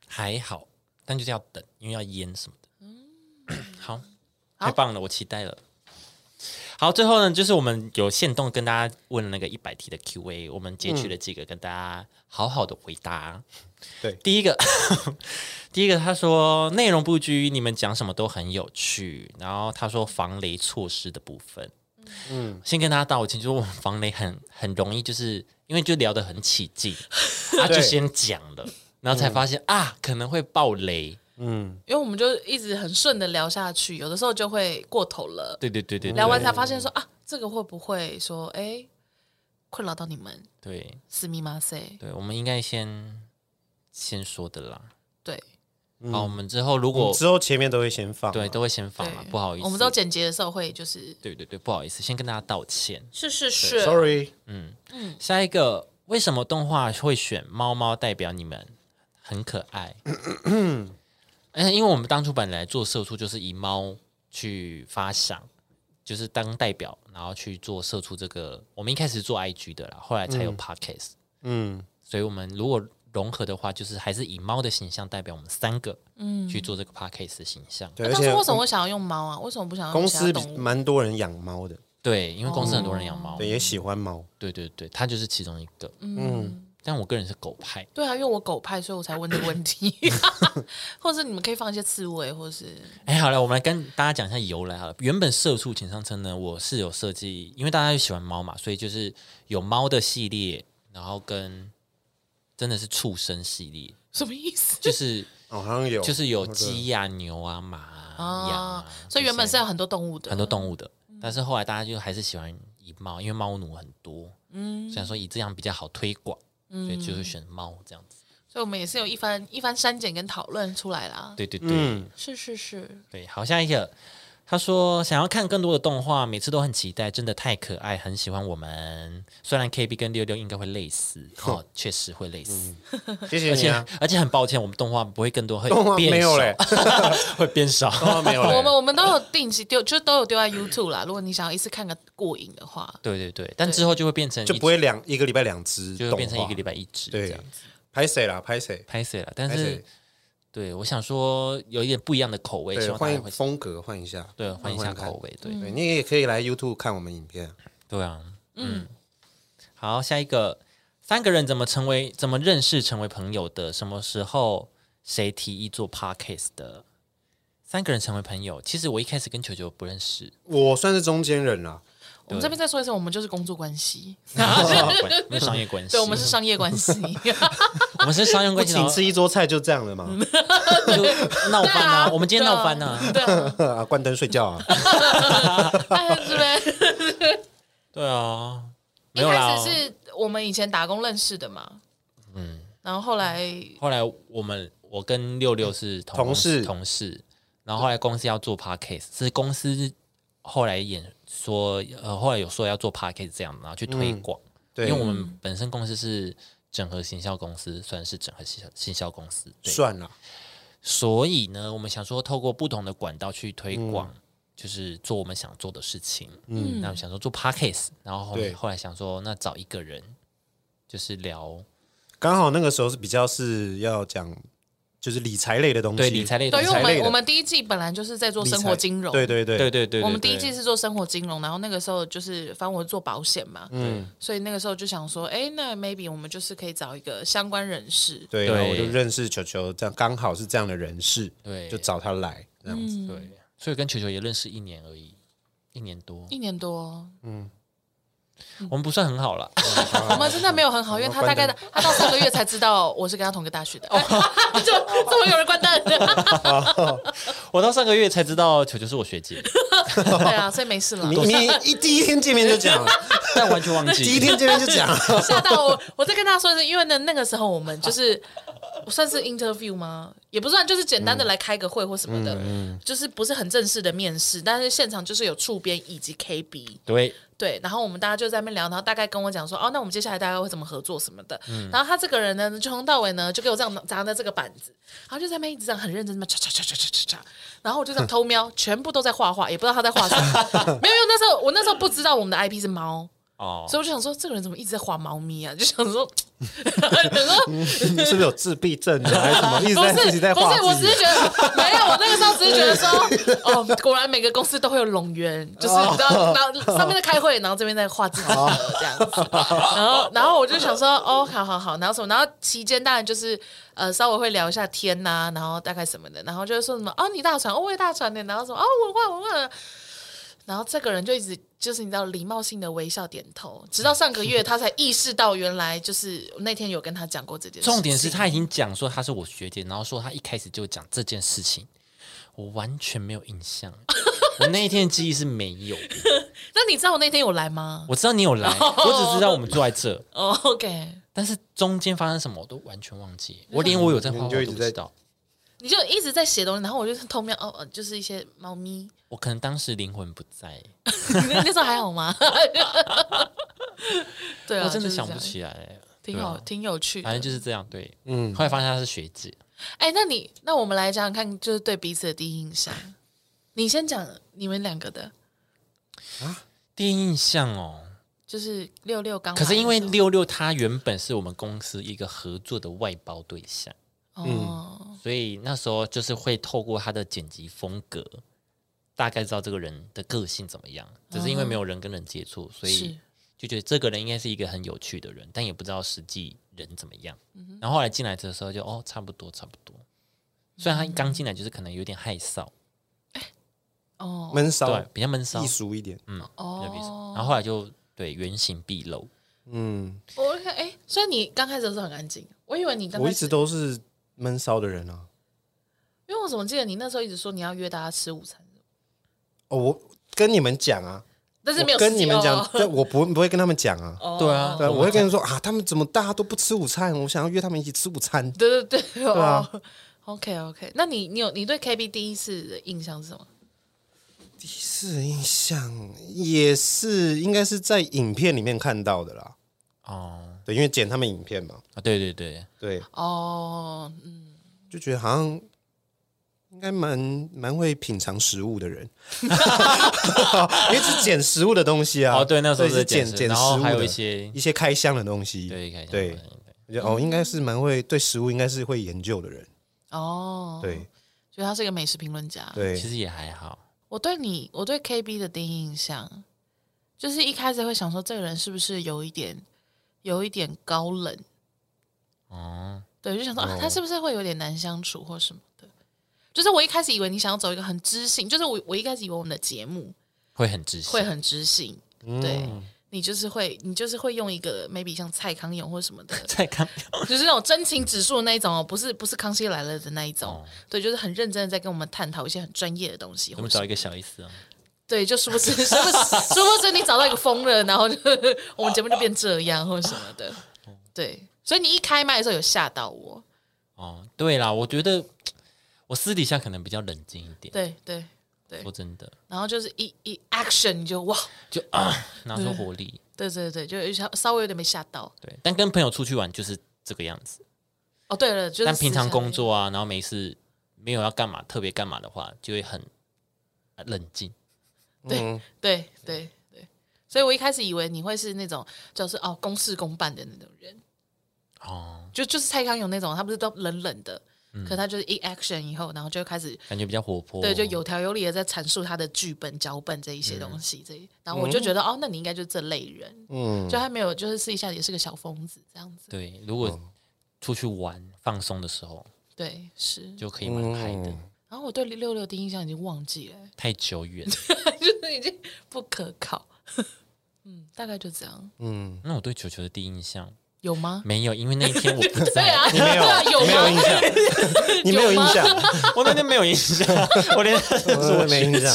Speaker 2: 还好，但就是要等，因为要腌什么的。 好，太棒了，我期待了。好，最后呢，就是我们有限动跟大家问了那个一百题的 Q&A，我们截取了几个跟大家好好的回答。
Speaker 3: 对
Speaker 2: 第一个， 第一个他说内容不拘，你们讲什么都很有趣。然后他说防雷措施的部分，嗯，先跟大家道歉，就是我们防雷很 很容易，就是因为就聊得很起 劲，啊，就
Speaker 3: 对
Speaker 2: 先讲了，然后才发现、啊可能会爆雷。
Speaker 3: 嗯，
Speaker 1: 因为我们就一直很顺的聊下去，有的时候就会过头了，
Speaker 2: 对对对对，对
Speaker 1: 聊完才发现说啊，这个会不会说哎、困扰到你们？
Speaker 2: 啊对
Speaker 1: 私密马塞，
Speaker 2: 对，我们应该先先说的啦。
Speaker 1: 对
Speaker 2: 好，我们之后如
Speaker 3: 我
Speaker 2: 果
Speaker 3: 之后前面都会先放
Speaker 2: 嗯
Speaker 3: 啊、
Speaker 2: 对都会先放
Speaker 1: 对
Speaker 2: 嘛，，不好意思，
Speaker 1: 我们都剪辑的时候会就是
Speaker 2: 对对对，不好意思，先跟大家道歉。
Speaker 1: 是是是
Speaker 3: s o r r y
Speaker 2: 下一个，为什么动画会选猫猫代表你们？很可爱。 嗯，因为我们当初本来做社畜就是以猫去发想，就是当代表，然后去做社畜这个。我们一开始做 IG 的啦，后来才有 Podcast、
Speaker 3: 嗯，
Speaker 2: 所以我们如果融合的话，就是还是以猫的形象代表我们三个，嗯，去做这个 Podcast 的形象。
Speaker 3: 对，
Speaker 1: 那
Speaker 3: 而
Speaker 1: 当初
Speaker 3: 且
Speaker 1: 为什么会想要用猫啊？为什么不想要用
Speaker 3: 公
Speaker 1: 其他
Speaker 3: 司
Speaker 1: 动物？
Speaker 3: 蛮多人养猫的，
Speaker 2: 对，因为公司很多人养猫，
Speaker 3: 对，也喜欢猫。
Speaker 2: 对对对，它就是其中一个。嗯，但我个人是狗派。
Speaker 1: 对啊，因为我狗派，所以我才问这个问 题。或者是你们可以放一些刺猬，或是
Speaker 2: 哎，好了，我们来跟大家讲一下由来好了。原本社畜情商车呢，我是有设计，因为大家就喜欢猫嘛，所以就是有猫的系列，然后跟真的是畜生系列，
Speaker 1: 什么意思？
Speaker 2: 就是
Speaker 3: 哦，好像有，
Speaker 2: 就是有鸡啊、牛啊、马啊、羊
Speaker 1: 啊
Speaker 2: 啊，，
Speaker 1: 所以原本
Speaker 2: 这
Speaker 1: 是嗯
Speaker 2: 些
Speaker 1: 有很多动物的，
Speaker 2: 很多动物的，但是后来大家就还是喜欢以猫，因为猫奴很多，嗯，想说以这样比较好推广，所以就会选猫这样子。
Speaker 1: 所以我们也是有一番一番删减跟讨论出来啦。
Speaker 2: 对对对，
Speaker 3: 嗯
Speaker 1: 是是是，
Speaker 2: 对，好，下一个，他说想要看更多的动画，每次都很期待，真的太可爱，很喜欢我们。虽然 KB 跟六六应该会累死，哦，确实会累死，
Speaker 3: 谢谢
Speaker 2: 而
Speaker 3: 你
Speaker 2: 且
Speaker 3: 嗯啊。
Speaker 2: 而且很抱歉，我们动画不会更多，会
Speaker 3: 动画
Speaker 2: 变
Speaker 3: 没有
Speaker 2: 少
Speaker 3: 嘞，
Speaker 2: 会变少。
Speaker 3: 动画没有
Speaker 1: 我们
Speaker 3: 嘞。
Speaker 1: 我们都有定期丢，就都有丢在 YouTube 啦。如果你想要一次看个过瘾的话，
Speaker 2: 对对对，但之后就会变成
Speaker 3: 就
Speaker 2: 一
Speaker 3: 不会两一个礼拜两只
Speaker 2: 就会
Speaker 3: 动画，
Speaker 2: 变成一个礼拜一只这
Speaker 3: 对
Speaker 2: 样子，
Speaker 3: 拍谁啦？拍谁？
Speaker 2: 拍摄了。但
Speaker 3: 拍
Speaker 2: 是
Speaker 3: 谁？
Speaker 2: 对我想说有一点不一样的口味，希
Speaker 3: 对，
Speaker 2: 望大
Speaker 3: 换
Speaker 2: 家
Speaker 3: 一
Speaker 2: 会
Speaker 3: 风格，换一下。
Speaker 2: 对换一下
Speaker 3: 看
Speaker 2: 口。味，嗯对。
Speaker 3: 对你也可以来 YouTube 看我们影片。
Speaker 2: 对啊，嗯，好，下一个，三个人怎么成为怎么认识成为朋友的？什么时候谁提议做 podcast 的？三个人成为朋友，其实我一开始跟球球不 认识，
Speaker 3: 我算是中间人啦，
Speaker 1: 我们这边再说一次，我们就是工作关系，
Speaker 2: 没有商业关系，
Speaker 1: 对，我们是商业关 系。 啊
Speaker 2: 我们是商业
Speaker 3: 不
Speaker 2: 关系，然
Speaker 3: 请
Speaker 2: 后
Speaker 3: 吃一桌菜就这样了嘛？
Speaker 2: 就闹翻 啊，我们今天
Speaker 1: 对啊
Speaker 2: 闹翻啊，
Speaker 1: 对啊，
Speaker 3: 啊，关灯睡觉 啊。
Speaker 1: 哎这边
Speaker 2: 对啊，没
Speaker 1: 一
Speaker 2: 有啦
Speaker 1: 开，始是我们以前打工认识的嘛，嗯，然后后来
Speaker 2: 后来我们我跟六六是同
Speaker 3: 同事
Speaker 2: 同事，然后后来公司要做 podcast，是公司后来演说，呃，后来有说要做 podcast 这样，然后去推广，
Speaker 3: 嗯对
Speaker 2: 因为我们本身公司是整合行销公司，算是整合行销行销公司，对，
Speaker 3: 算了，嗯
Speaker 2: 所以呢，我们想说透过不同的管道去推广。就是做我们想做的事情。嗯，那我想说做 podcast，然后后
Speaker 3: 对
Speaker 2: 后来想说那找一个人，就是聊
Speaker 3: 刚好那个时候是比较是要讲嗯就是理财类的东西，
Speaker 2: 对理财类的
Speaker 1: 对，
Speaker 2: 东
Speaker 1: 因为
Speaker 2: 西，
Speaker 1: 我
Speaker 3: 理财类
Speaker 1: 们
Speaker 3: 的
Speaker 1: 我们第一季本来就是在做
Speaker 3: 理财
Speaker 1: 生活金融，
Speaker 3: 对对对
Speaker 2: 对对对，
Speaker 1: 我们第一
Speaker 2: 对
Speaker 1: 季是做生活金融，然后那个时候就是，反正我做保险嘛，嗯，所以那个时候就想说，哎，那 maybe 我们就是可以找一个相关人士，
Speaker 3: 对，
Speaker 2: 对
Speaker 3: 然后我就认识球球，这样刚好是这样的人士，
Speaker 2: 对
Speaker 3: 就找他来这样
Speaker 1: 嗯
Speaker 3: 子。
Speaker 2: 对，所以跟球球也认识一年而已，一年多，
Speaker 1: 一年多，嗯
Speaker 2: 我们不算很好了。
Speaker 1: 我们哦真的没有很好，因为他大概他到三个月才知道我是跟他同个大学的， 就怎么有人关灯？
Speaker 2: 我到上个月才知道球球是我 学姐，
Speaker 1: 对啊，所以没事了
Speaker 3: 你。你一第一天见面就讲，
Speaker 2: 但完全忘记。
Speaker 3: 第一天见面就讲，
Speaker 1: 吓到我！我在跟他说是，因为呢那个时候我们就是 我算是 interview 吗？也不算，就是简单的来开个会或什么的，就是不是很正式的面试，但是现场就是有触编以及 KB。
Speaker 2: 对，
Speaker 1: 对，然后我们大家就在那边聊，然后大概跟我讲说，哦，那我们接下来大概会怎么合作什么的。然后他这个人呢，从头到尾呢，就给我这样砸着这个板子，然后就在那边一直这样很认真地这么叉叉叉叉叉叉，然后我就这样偷瞄，全部都在画画，也不知道他在画什么。没有，因为那时候我那时候不知道我们的 IP 是猫，
Speaker 2: 哦，
Speaker 1: 所以我就想说，这个人怎么一直在画猫咪啊？就想说， 想说
Speaker 3: 是不是有自闭症的还是 什么？一直
Speaker 1: 不
Speaker 3: 在
Speaker 1: 是
Speaker 3: 自己在画
Speaker 1: 不是，我
Speaker 3: 自
Speaker 1: 只
Speaker 3: 己
Speaker 1: 是。觉得没有，我那个时候只是觉得说， 哦，果然每个公司都会有拢员，就是
Speaker 3: 哦
Speaker 1: 你知道，然后上面在开会，然后这边在画自己的这样子，然后然后我就想说，哦，好好好，然后什么，然后期间当然就是呃稍微会聊一下天呐、然后大概什么的，然后就是说什么，哦，你大船，哦，我也大船的，然后什么，哦，我画我画。然后这个人就一直就是你知道礼貌性的微笑点头，直到上个月他才意识到原来就是那天有跟他讲过这件事情。
Speaker 2: 重点是他已经讲说他是我学姐，然后说他一开始就讲这件事情，我完全没有印象，我那一天的记忆是没有的。
Speaker 1: 那你知道我那天有来吗？
Speaker 2: 我知道你有 来，我只知道我们坐在这，
Speaker 1: 哦、o k
Speaker 2: 但是中间发生什么我都完全忘记，我连我有在画画
Speaker 3: 你就
Speaker 2: 我
Speaker 3: 一直
Speaker 2: 都不
Speaker 3: 在
Speaker 2: 知道。
Speaker 1: 你就一直在写东西，然后我就偷瞄，哦，哦就是一些猫 咪。
Speaker 2: 我可能当时灵魂不在，
Speaker 1: 你那时候还好吗？ 对啊，
Speaker 2: 我
Speaker 1: 就
Speaker 2: 真的
Speaker 1: 是这
Speaker 2: 想
Speaker 1: 样
Speaker 2: 不，起
Speaker 3: 啊
Speaker 2: 来。
Speaker 1: 挺好，挺有趣的。
Speaker 2: 反正就是这样，对，嗯。后来发现她是学姐，
Speaker 1: 哎，那你那我们来讲讲看，就是对彼此的第一印象。你先讲你们两个的，
Speaker 2: 第一印象哦。
Speaker 1: 就是六六刚来的
Speaker 2: 可
Speaker 1: 时候。
Speaker 2: 是因为六六她原本是我们公司一个合作的外包对象，
Speaker 1: 哦，
Speaker 2: 所以那时候就是会透过他的剪辑风格，大概知道这个人的个性怎么样。只是因为没有人跟人接触，所
Speaker 1: 哦是
Speaker 2: 以就觉得这个人应该是一个很有趣的人，但也不知道实际人怎么样。
Speaker 1: 嗯
Speaker 2: 然后后来进来的时候就哦，差不多差不多。虽然他刚进来就是可能有点害臊，
Speaker 1: 哦，
Speaker 3: 闷
Speaker 2: 对
Speaker 3: 骚，，
Speaker 2: 比较闷骚
Speaker 3: 艺，术一点，
Speaker 2: 比较比较
Speaker 1: 哦，
Speaker 2: 然后后来就对原形毕露，
Speaker 3: 嗯，
Speaker 1: 我看，哎，所以你刚开始的时候很安静，我以为你刚开
Speaker 3: 我
Speaker 1: 始
Speaker 3: 一直，都是闷骚的人啊。
Speaker 1: 因为我怎么记得你那时候一直说你要约大家吃午餐，
Speaker 3: 哦，我跟你们讲啊，
Speaker 1: 但是没
Speaker 3: 我
Speaker 1: 有哦
Speaker 3: 跟你们
Speaker 1: 实际
Speaker 3: 讲
Speaker 1: 哦，
Speaker 3: 对，我不不会跟他们讲啊。
Speaker 2: 对啊
Speaker 3: 对，我会跟你说啊，他们怎么大家都不吃午餐？我想要约他们一起吃午餐。
Speaker 1: 对对对，对
Speaker 3: 啊
Speaker 1: OK OK，那你你有你对 KB 第一次的印象是什么？
Speaker 3: 第四印象也是应该是在影片里面看到的啦，
Speaker 2: 哦，
Speaker 3: 对，因为剪他们影片嘛，
Speaker 2: 啊对对对，
Speaker 3: 对，
Speaker 1: 哦，嗯
Speaker 3: 就觉得好像应该蛮蛮会品尝食物的人， 因为是捡食物的东西啊。
Speaker 2: 哦对，那时候
Speaker 3: 对是
Speaker 2: 是
Speaker 3: 捡
Speaker 2: 剪
Speaker 3: 捡
Speaker 2: 然
Speaker 3: 食
Speaker 2: 后
Speaker 3: 物
Speaker 2: 还有
Speaker 3: 的
Speaker 2: 一些
Speaker 3: 一些开箱的东西，
Speaker 2: 对开
Speaker 3: 对我觉得哦，应该是蛮会对食物应该是会研究的人，
Speaker 1: 哦，啊
Speaker 3: 对，
Speaker 1: 觉得他是一个美食评论家。
Speaker 3: 对
Speaker 2: 其，实也还好，
Speaker 1: 我对你，我对 KB 的第一印象，就是一开始会想说这个人是不是有一点有一点高冷，
Speaker 2: 哦，
Speaker 1: 对，就想说、啊，他是不是会有点难相处或什么的。就是我一开始以为你想要走一个很知性，就是我我一开始以为我们的节目
Speaker 2: 会很窒息，
Speaker 1: 会 很知性，
Speaker 3: 嗯
Speaker 1: 对你就是会你就是会用一个 maybe 像蔡康永或什么的
Speaker 2: 在看
Speaker 1: 就是那种真情指数的那一种哦，不是不是康熙来了的那一
Speaker 2: 哦
Speaker 1: 种，对，就是很认真的在跟我们探讨一些很专业的东西，
Speaker 2: 我
Speaker 1: 或
Speaker 2: 们
Speaker 1: 者
Speaker 2: 找
Speaker 1: 是
Speaker 2: 一个小意思啊，
Speaker 1: 对，就殊不知殊不知殊 不知你找到一个疯人，然后就我们节目就变这样或者什么的，对，所以你一开麦的时候有吓到我，
Speaker 2: 哦，对啦，我觉得我私底下可能比较冷静一点。
Speaker 1: 对对，
Speaker 2: 说真的，
Speaker 1: 然后就是一一 action 你就哇，
Speaker 2: 就啊，拿出活力。
Speaker 1: 对对对，就有稍稍微有点被吓到。
Speaker 2: 对，但跟朋友出去玩就是这个样子。
Speaker 1: 哦，对了，就是
Speaker 2: 但平常
Speaker 1: 私下那
Speaker 2: 工作啊，然后没事没有要干嘛特别干嘛的话，就会很呃冷静。
Speaker 1: 对对对对，所以我一开始以为你会是那种就是哦公事公办的那种人，
Speaker 2: 哦，
Speaker 1: 就就是蔡康永那种，他不是都冷冷的，可他就是一 action 以后，然后就开始
Speaker 2: 感觉比较活泼，哦
Speaker 1: 对，就有条有理的在阐述他的剧本、脚本这一些东西，这一，然后我就觉得、哦，那你应该就是这类人，
Speaker 3: 嗯，
Speaker 1: 就他没有，就是私底下也是个小疯子这样子，
Speaker 2: 对。如果
Speaker 3: 哦
Speaker 2: 出去玩放松的时候，
Speaker 1: 对，是。
Speaker 2: 就可以蛮嗨的，
Speaker 3: 嗯
Speaker 1: 然后我对六六的印象已经忘记了、
Speaker 2: 太久远。
Speaker 1: 就是已经不可靠， 嗯，大概就这样，
Speaker 3: 嗯，
Speaker 2: 那我对球球的第一印象
Speaker 1: 有吗？
Speaker 2: 没有，因为那一天我 不
Speaker 1: 对
Speaker 2: 在，
Speaker 1: 啊，
Speaker 3: 你没有
Speaker 1: 对啊，有
Speaker 3: 你没有印
Speaker 1: 吗？
Speaker 3: 象，你没有印象，
Speaker 2: 我那天没有印象， 我连
Speaker 3: 我没印象，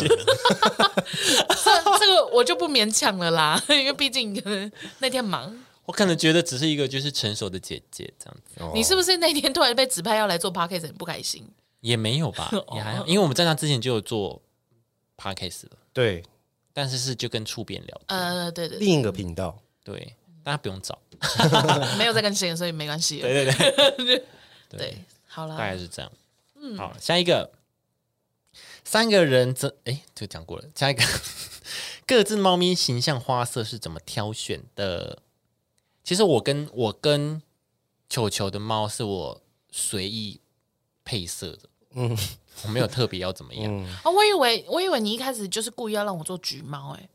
Speaker 1: 这这个我就不勉强了啦， 因为毕竟可能那天忙。
Speaker 2: 我可能觉得只是一个就是成熟的姐姐这样子，
Speaker 3: 哦
Speaker 1: 你是不是那天突然被指派要来做 podcast 很不开心？
Speaker 2: 也没有 吧，
Speaker 3: 哦
Speaker 2: 也还好，因为我们在那之前就有做 podcast 了，
Speaker 3: 对
Speaker 2: 但是是就跟触边聊，
Speaker 1: 呃，对对，
Speaker 3: 另一个频道？
Speaker 2: 对，大家不用找，
Speaker 1: 对没有在更新，所以没关系。
Speaker 2: 对对对，
Speaker 1: 对，好
Speaker 2: 大概
Speaker 1: 啦，
Speaker 2: 是这样。
Speaker 1: 嗯
Speaker 2: 好，下一个，三个人这哎就讲过了，下一个 各自猫咪形象花色是怎么挑选的？其实我跟我跟球球的猫是我随意配色的，
Speaker 3: 嗯
Speaker 2: 我没有特别要怎么样，
Speaker 3: 嗯，
Speaker 1: 啊，我以为我以为你一开始就是故意要让我做橘猫，哎，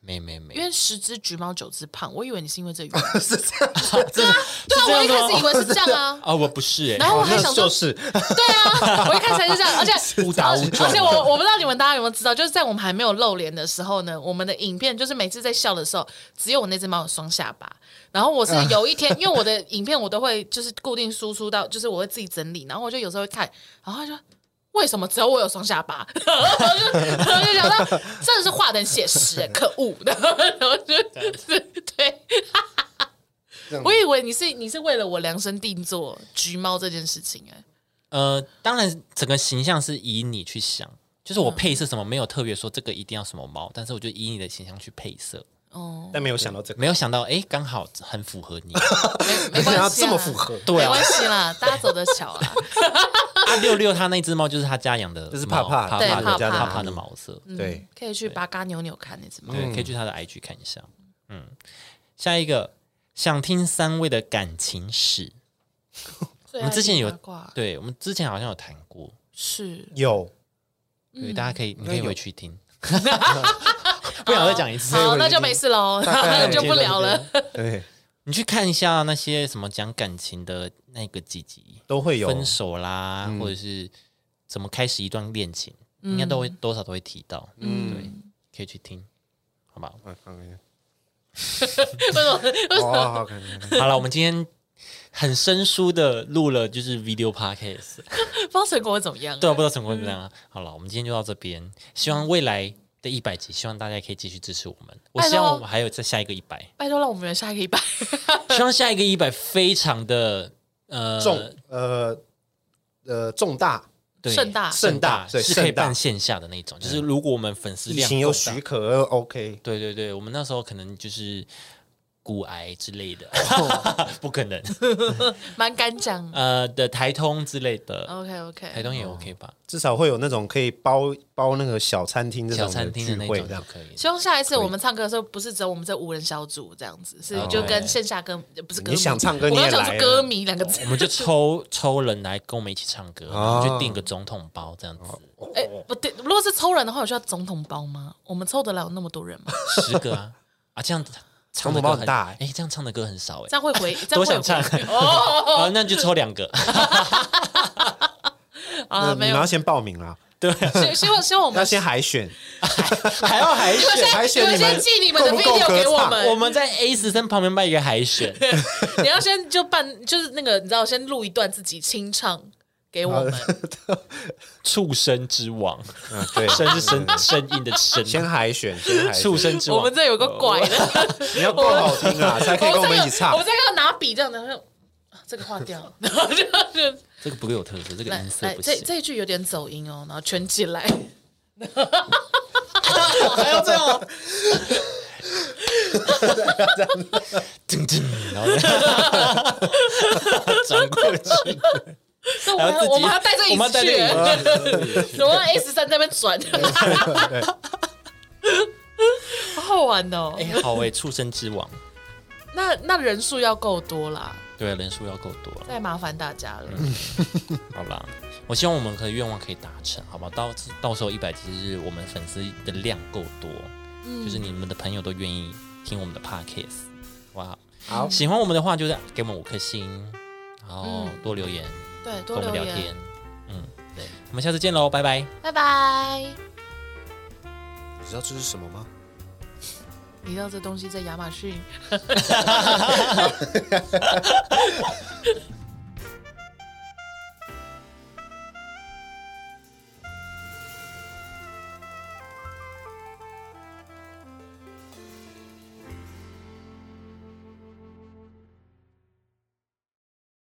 Speaker 2: 没没
Speaker 1: 因
Speaker 2: 没，
Speaker 1: 为十只橘猫九只胖，我以为你是因为这个原因。
Speaker 3: 是这样子
Speaker 1: 对啊，对 啊，我一开始以为是这样啊。
Speaker 2: 啊我不是哎、
Speaker 1: 然后我还
Speaker 3: 那
Speaker 1: 想说
Speaker 3: 就，是
Speaker 1: 对啊，我一开始还 是这样，而且
Speaker 2: 误打误撞
Speaker 1: 而且我我不知道你们大家有没有知道，就是在我们还没有露脸的时候呢，我们的影片就是每次在笑的时候，只有我那只猫有双下巴。然后我是有一天， 因为我的影片我都会就是固定输出到，就是我会自己整理，然后我就有时候会看，然后就说。啊为什么只有我有双下巴？ 然后就然后就想到，真的是画的很写实、欸，可恶的。然后就 对，
Speaker 3: 这样
Speaker 1: 我以为你是你是为了我量身定做橘猫这件事情、欸，哎，
Speaker 2: 呃，当然整个形象是以你去想，就是
Speaker 1: 嗯
Speaker 2: 我配色什么没有特别说这个一定要什么猫，但是我就以你的形象去配色，
Speaker 1: 哦，
Speaker 3: 但没有想到这个，
Speaker 2: 没有想到哎刚好很符合你。
Speaker 1: 没
Speaker 3: 没
Speaker 1: 没
Speaker 3: 想到
Speaker 1: 关系
Speaker 3: 这
Speaker 1: 啊，
Speaker 3: 么符合，
Speaker 2: 对
Speaker 1: 没
Speaker 2: 啊
Speaker 1: 关，系啦，大家走得巧啊。
Speaker 2: 啊六六他那只猫就是他家养的猫，
Speaker 3: 就是怕怕嗯
Speaker 2: 怕
Speaker 1: 对怕
Speaker 2: 怕
Speaker 1: 嗯
Speaker 2: 的
Speaker 1: 怕
Speaker 2: 怕怕的毛色，
Speaker 3: 对，
Speaker 1: 可以去八嘎扭扭看那只猫。
Speaker 2: 对，可以去他的 IG 看一下。嗯，下一个想听三位的感情史，
Speaker 1: 我
Speaker 2: 我
Speaker 1: 啊
Speaker 2: 们之前有对我们之前好像有谈过，
Speaker 1: 是
Speaker 3: 有
Speaker 2: 对，
Speaker 1: 嗯
Speaker 2: 大家可以你可以
Speaker 3: 有
Speaker 2: 回去听， 不想再讲一次。
Speaker 1: 好，那就没事喽，
Speaker 3: 大概
Speaker 1: 就不聊了。
Speaker 3: 对
Speaker 2: 你去看一下那些什么讲感情的那个几集，
Speaker 3: 都会有
Speaker 2: 分手啦，或者是怎么开始一段恋情，应该都会多少都会提到，嗯，对，可以去听，好吧？
Speaker 3: 我看看
Speaker 1: 为什么？
Speaker 3: 哦，好看看看
Speaker 2: 好了，我们今天很生疏的录了，就是 video podcast。
Speaker 1: 方成果怎么样？
Speaker 2: 对啊，不知道成功怎么样啊？好了，我们今天就到这边。希望未来的一百集，希望大家可以继续支持我们。我
Speaker 1: 拜托
Speaker 2: 希望我们还有再下一个一百，
Speaker 1: 拜 托让我们有下一个一百。
Speaker 2: 希望下一个一百非常的呃
Speaker 3: 重呃呃重大
Speaker 2: 对
Speaker 1: 盛大
Speaker 2: 盛大
Speaker 3: 盛大对
Speaker 2: 是可以
Speaker 3: 盛大
Speaker 2: 办线下的那种。就是如果我们粉丝
Speaker 3: 疫
Speaker 2: 量
Speaker 3: 情有
Speaker 2: 够大
Speaker 3: 许可，OK，呃
Speaker 2: 对对对，我们那时候可能就是骨癌之类 的，不可能。
Speaker 1: 蛮敢讲。
Speaker 2: 呃的台通之类的，
Speaker 1: OK
Speaker 2: 台
Speaker 1: OK，
Speaker 2: 通也 OK 吧？
Speaker 3: 至少会有那种可以包包那个小餐厅哦这
Speaker 2: 小
Speaker 3: 种
Speaker 2: 餐厅
Speaker 3: 聚
Speaker 2: 的那
Speaker 3: 会
Speaker 2: 种
Speaker 3: 这
Speaker 2: 就
Speaker 3: 样，
Speaker 2: 可以。
Speaker 1: 希望下一次我们唱歌的时候，不是只有我们这五人小组这样子，是就跟线下歌不是歌迷，
Speaker 3: 哦你想唱歌
Speaker 1: 我
Speaker 3: 你
Speaker 1: 刚
Speaker 3: 也
Speaker 1: 想
Speaker 3: 来
Speaker 1: 说
Speaker 3: 了，
Speaker 1: 歌迷两个字
Speaker 2: 我，们就抽抽人来跟我们一起唱
Speaker 3: 哦
Speaker 2: 歌，然后就订个总统包这样子，
Speaker 1: 哎，不对，如果是抽人的话，有需要总统包吗？我们抽得了那么多人吗？
Speaker 2: 十个啊啊这样子唱的
Speaker 3: 总统包
Speaker 2: 歌
Speaker 3: 很大欸
Speaker 2: 哎，这样唱的歌很少哎
Speaker 1: 这，样会回，哦这样
Speaker 2: 多
Speaker 1: 会
Speaker 2: 想
Speaker 1: 回
Speaker 2: 唱 啊，那就抽两个，
Speaker 1: 啊，没
Speaker 3: 那嗯你们
Speaker 1: 有
Speaker 3: 要，先报名啦，
Speaker 1: 希希望希望我
Speaker 3: 要
Speaker 1: 们
Speaker 3: 先 海选，
Speaker 2: 还要海
Speaker 1: 你们
Speaker 2: 选。
Speaker 1: 先
Speaker 3: 海选
Speaker 1: 你们
Speaker 3: 你
Speaker 1: 先
Speaker 3: 们
Speaker 1: 寄你们的
Speaker 3: 够不够
Speaker 1: video
Speaker 3: 歌
Speaker 1: 给我
Speaker 3: 唱
Speaker 1: 们，
Speaker 2: 我们在 A 十三旁边办一个海 选，
Speaker 1: 你要先就办，就是那个你知道，先录一段自己清唱给我们，
Speaker 2: 畜生之王，
Speaker 3: 嗯， 对，
Speaker 2: 声是声 声音的声，
Speaker 3: 先海选，先海选
Speaker 2: 畜生之
Speaker 1: 我
Speaker 2: 王
Speaker 1: 们。这有个拐
Speaker 2: 哦
Speaker 1: 的，
Speaker 3: 你要够好听啊，才可以跟我
Speaker 1: 这
Speaker 3: 们
Speaker 1: 个
Speaker 3: 一起唱
Speaker 1: 我。们这个要拿笔这样的，然后啊这个划 掉，然后就就
Speaker 2: 这个不够有特色，这个
Speaker 1: 来
Speaker 2: 音色
Speaker 1: 来，
Speaker 2: 不
Speaker 1: 这
Speaker 2: 行。
Speaker 1: 这一句有点走音哦，然后圈起来，
Speaker 2: 还要这样哦，噔噔，然后 转过去，
Speaker 1: 那我们
Speaker 2: 还要自己
Speaker 1: 我们还要带这
Speaker 2: 我们要带这个
Speaker 1: 去，我们 S 三在那边转， 短哦。
Speaker 2: 哎，好哎，畜生之王，
Speaker 1: 那那人数要够多啦，
Speaker 2: 对，啊人数要够多了。
Speaker 1: 再麻烦大家了。
Speaker 2: 嗯好啦，我希望我们可以愿望可以达成，好吧？到到时候一百集是我们粉丝的量够多，
Speaker 1: 嗯
Speaker 2: 就是你们的朋友都愿意听我们的 podcast，哇！
Speaker 3: 好
Speaker 2: 喜欢我们的话，就是给我们五颗星，然后
Speaker 1: 嗯
Speaker 2: 多留言，
Speaker 1: 对，
Speaker 2: 跟
Speaker 1: 多
Speaker 2: 我们
Speaker 1: 留
Speaker 2: 聊
Speaker 1: 言
Speaker 2: 天，。嗯，对，我们下次见喽，拜拜。
Speaker 1: 拜拜。
Speaker 3: 你知道这是什么吗？
Speaker 1: 你知道这东西在亚马逊。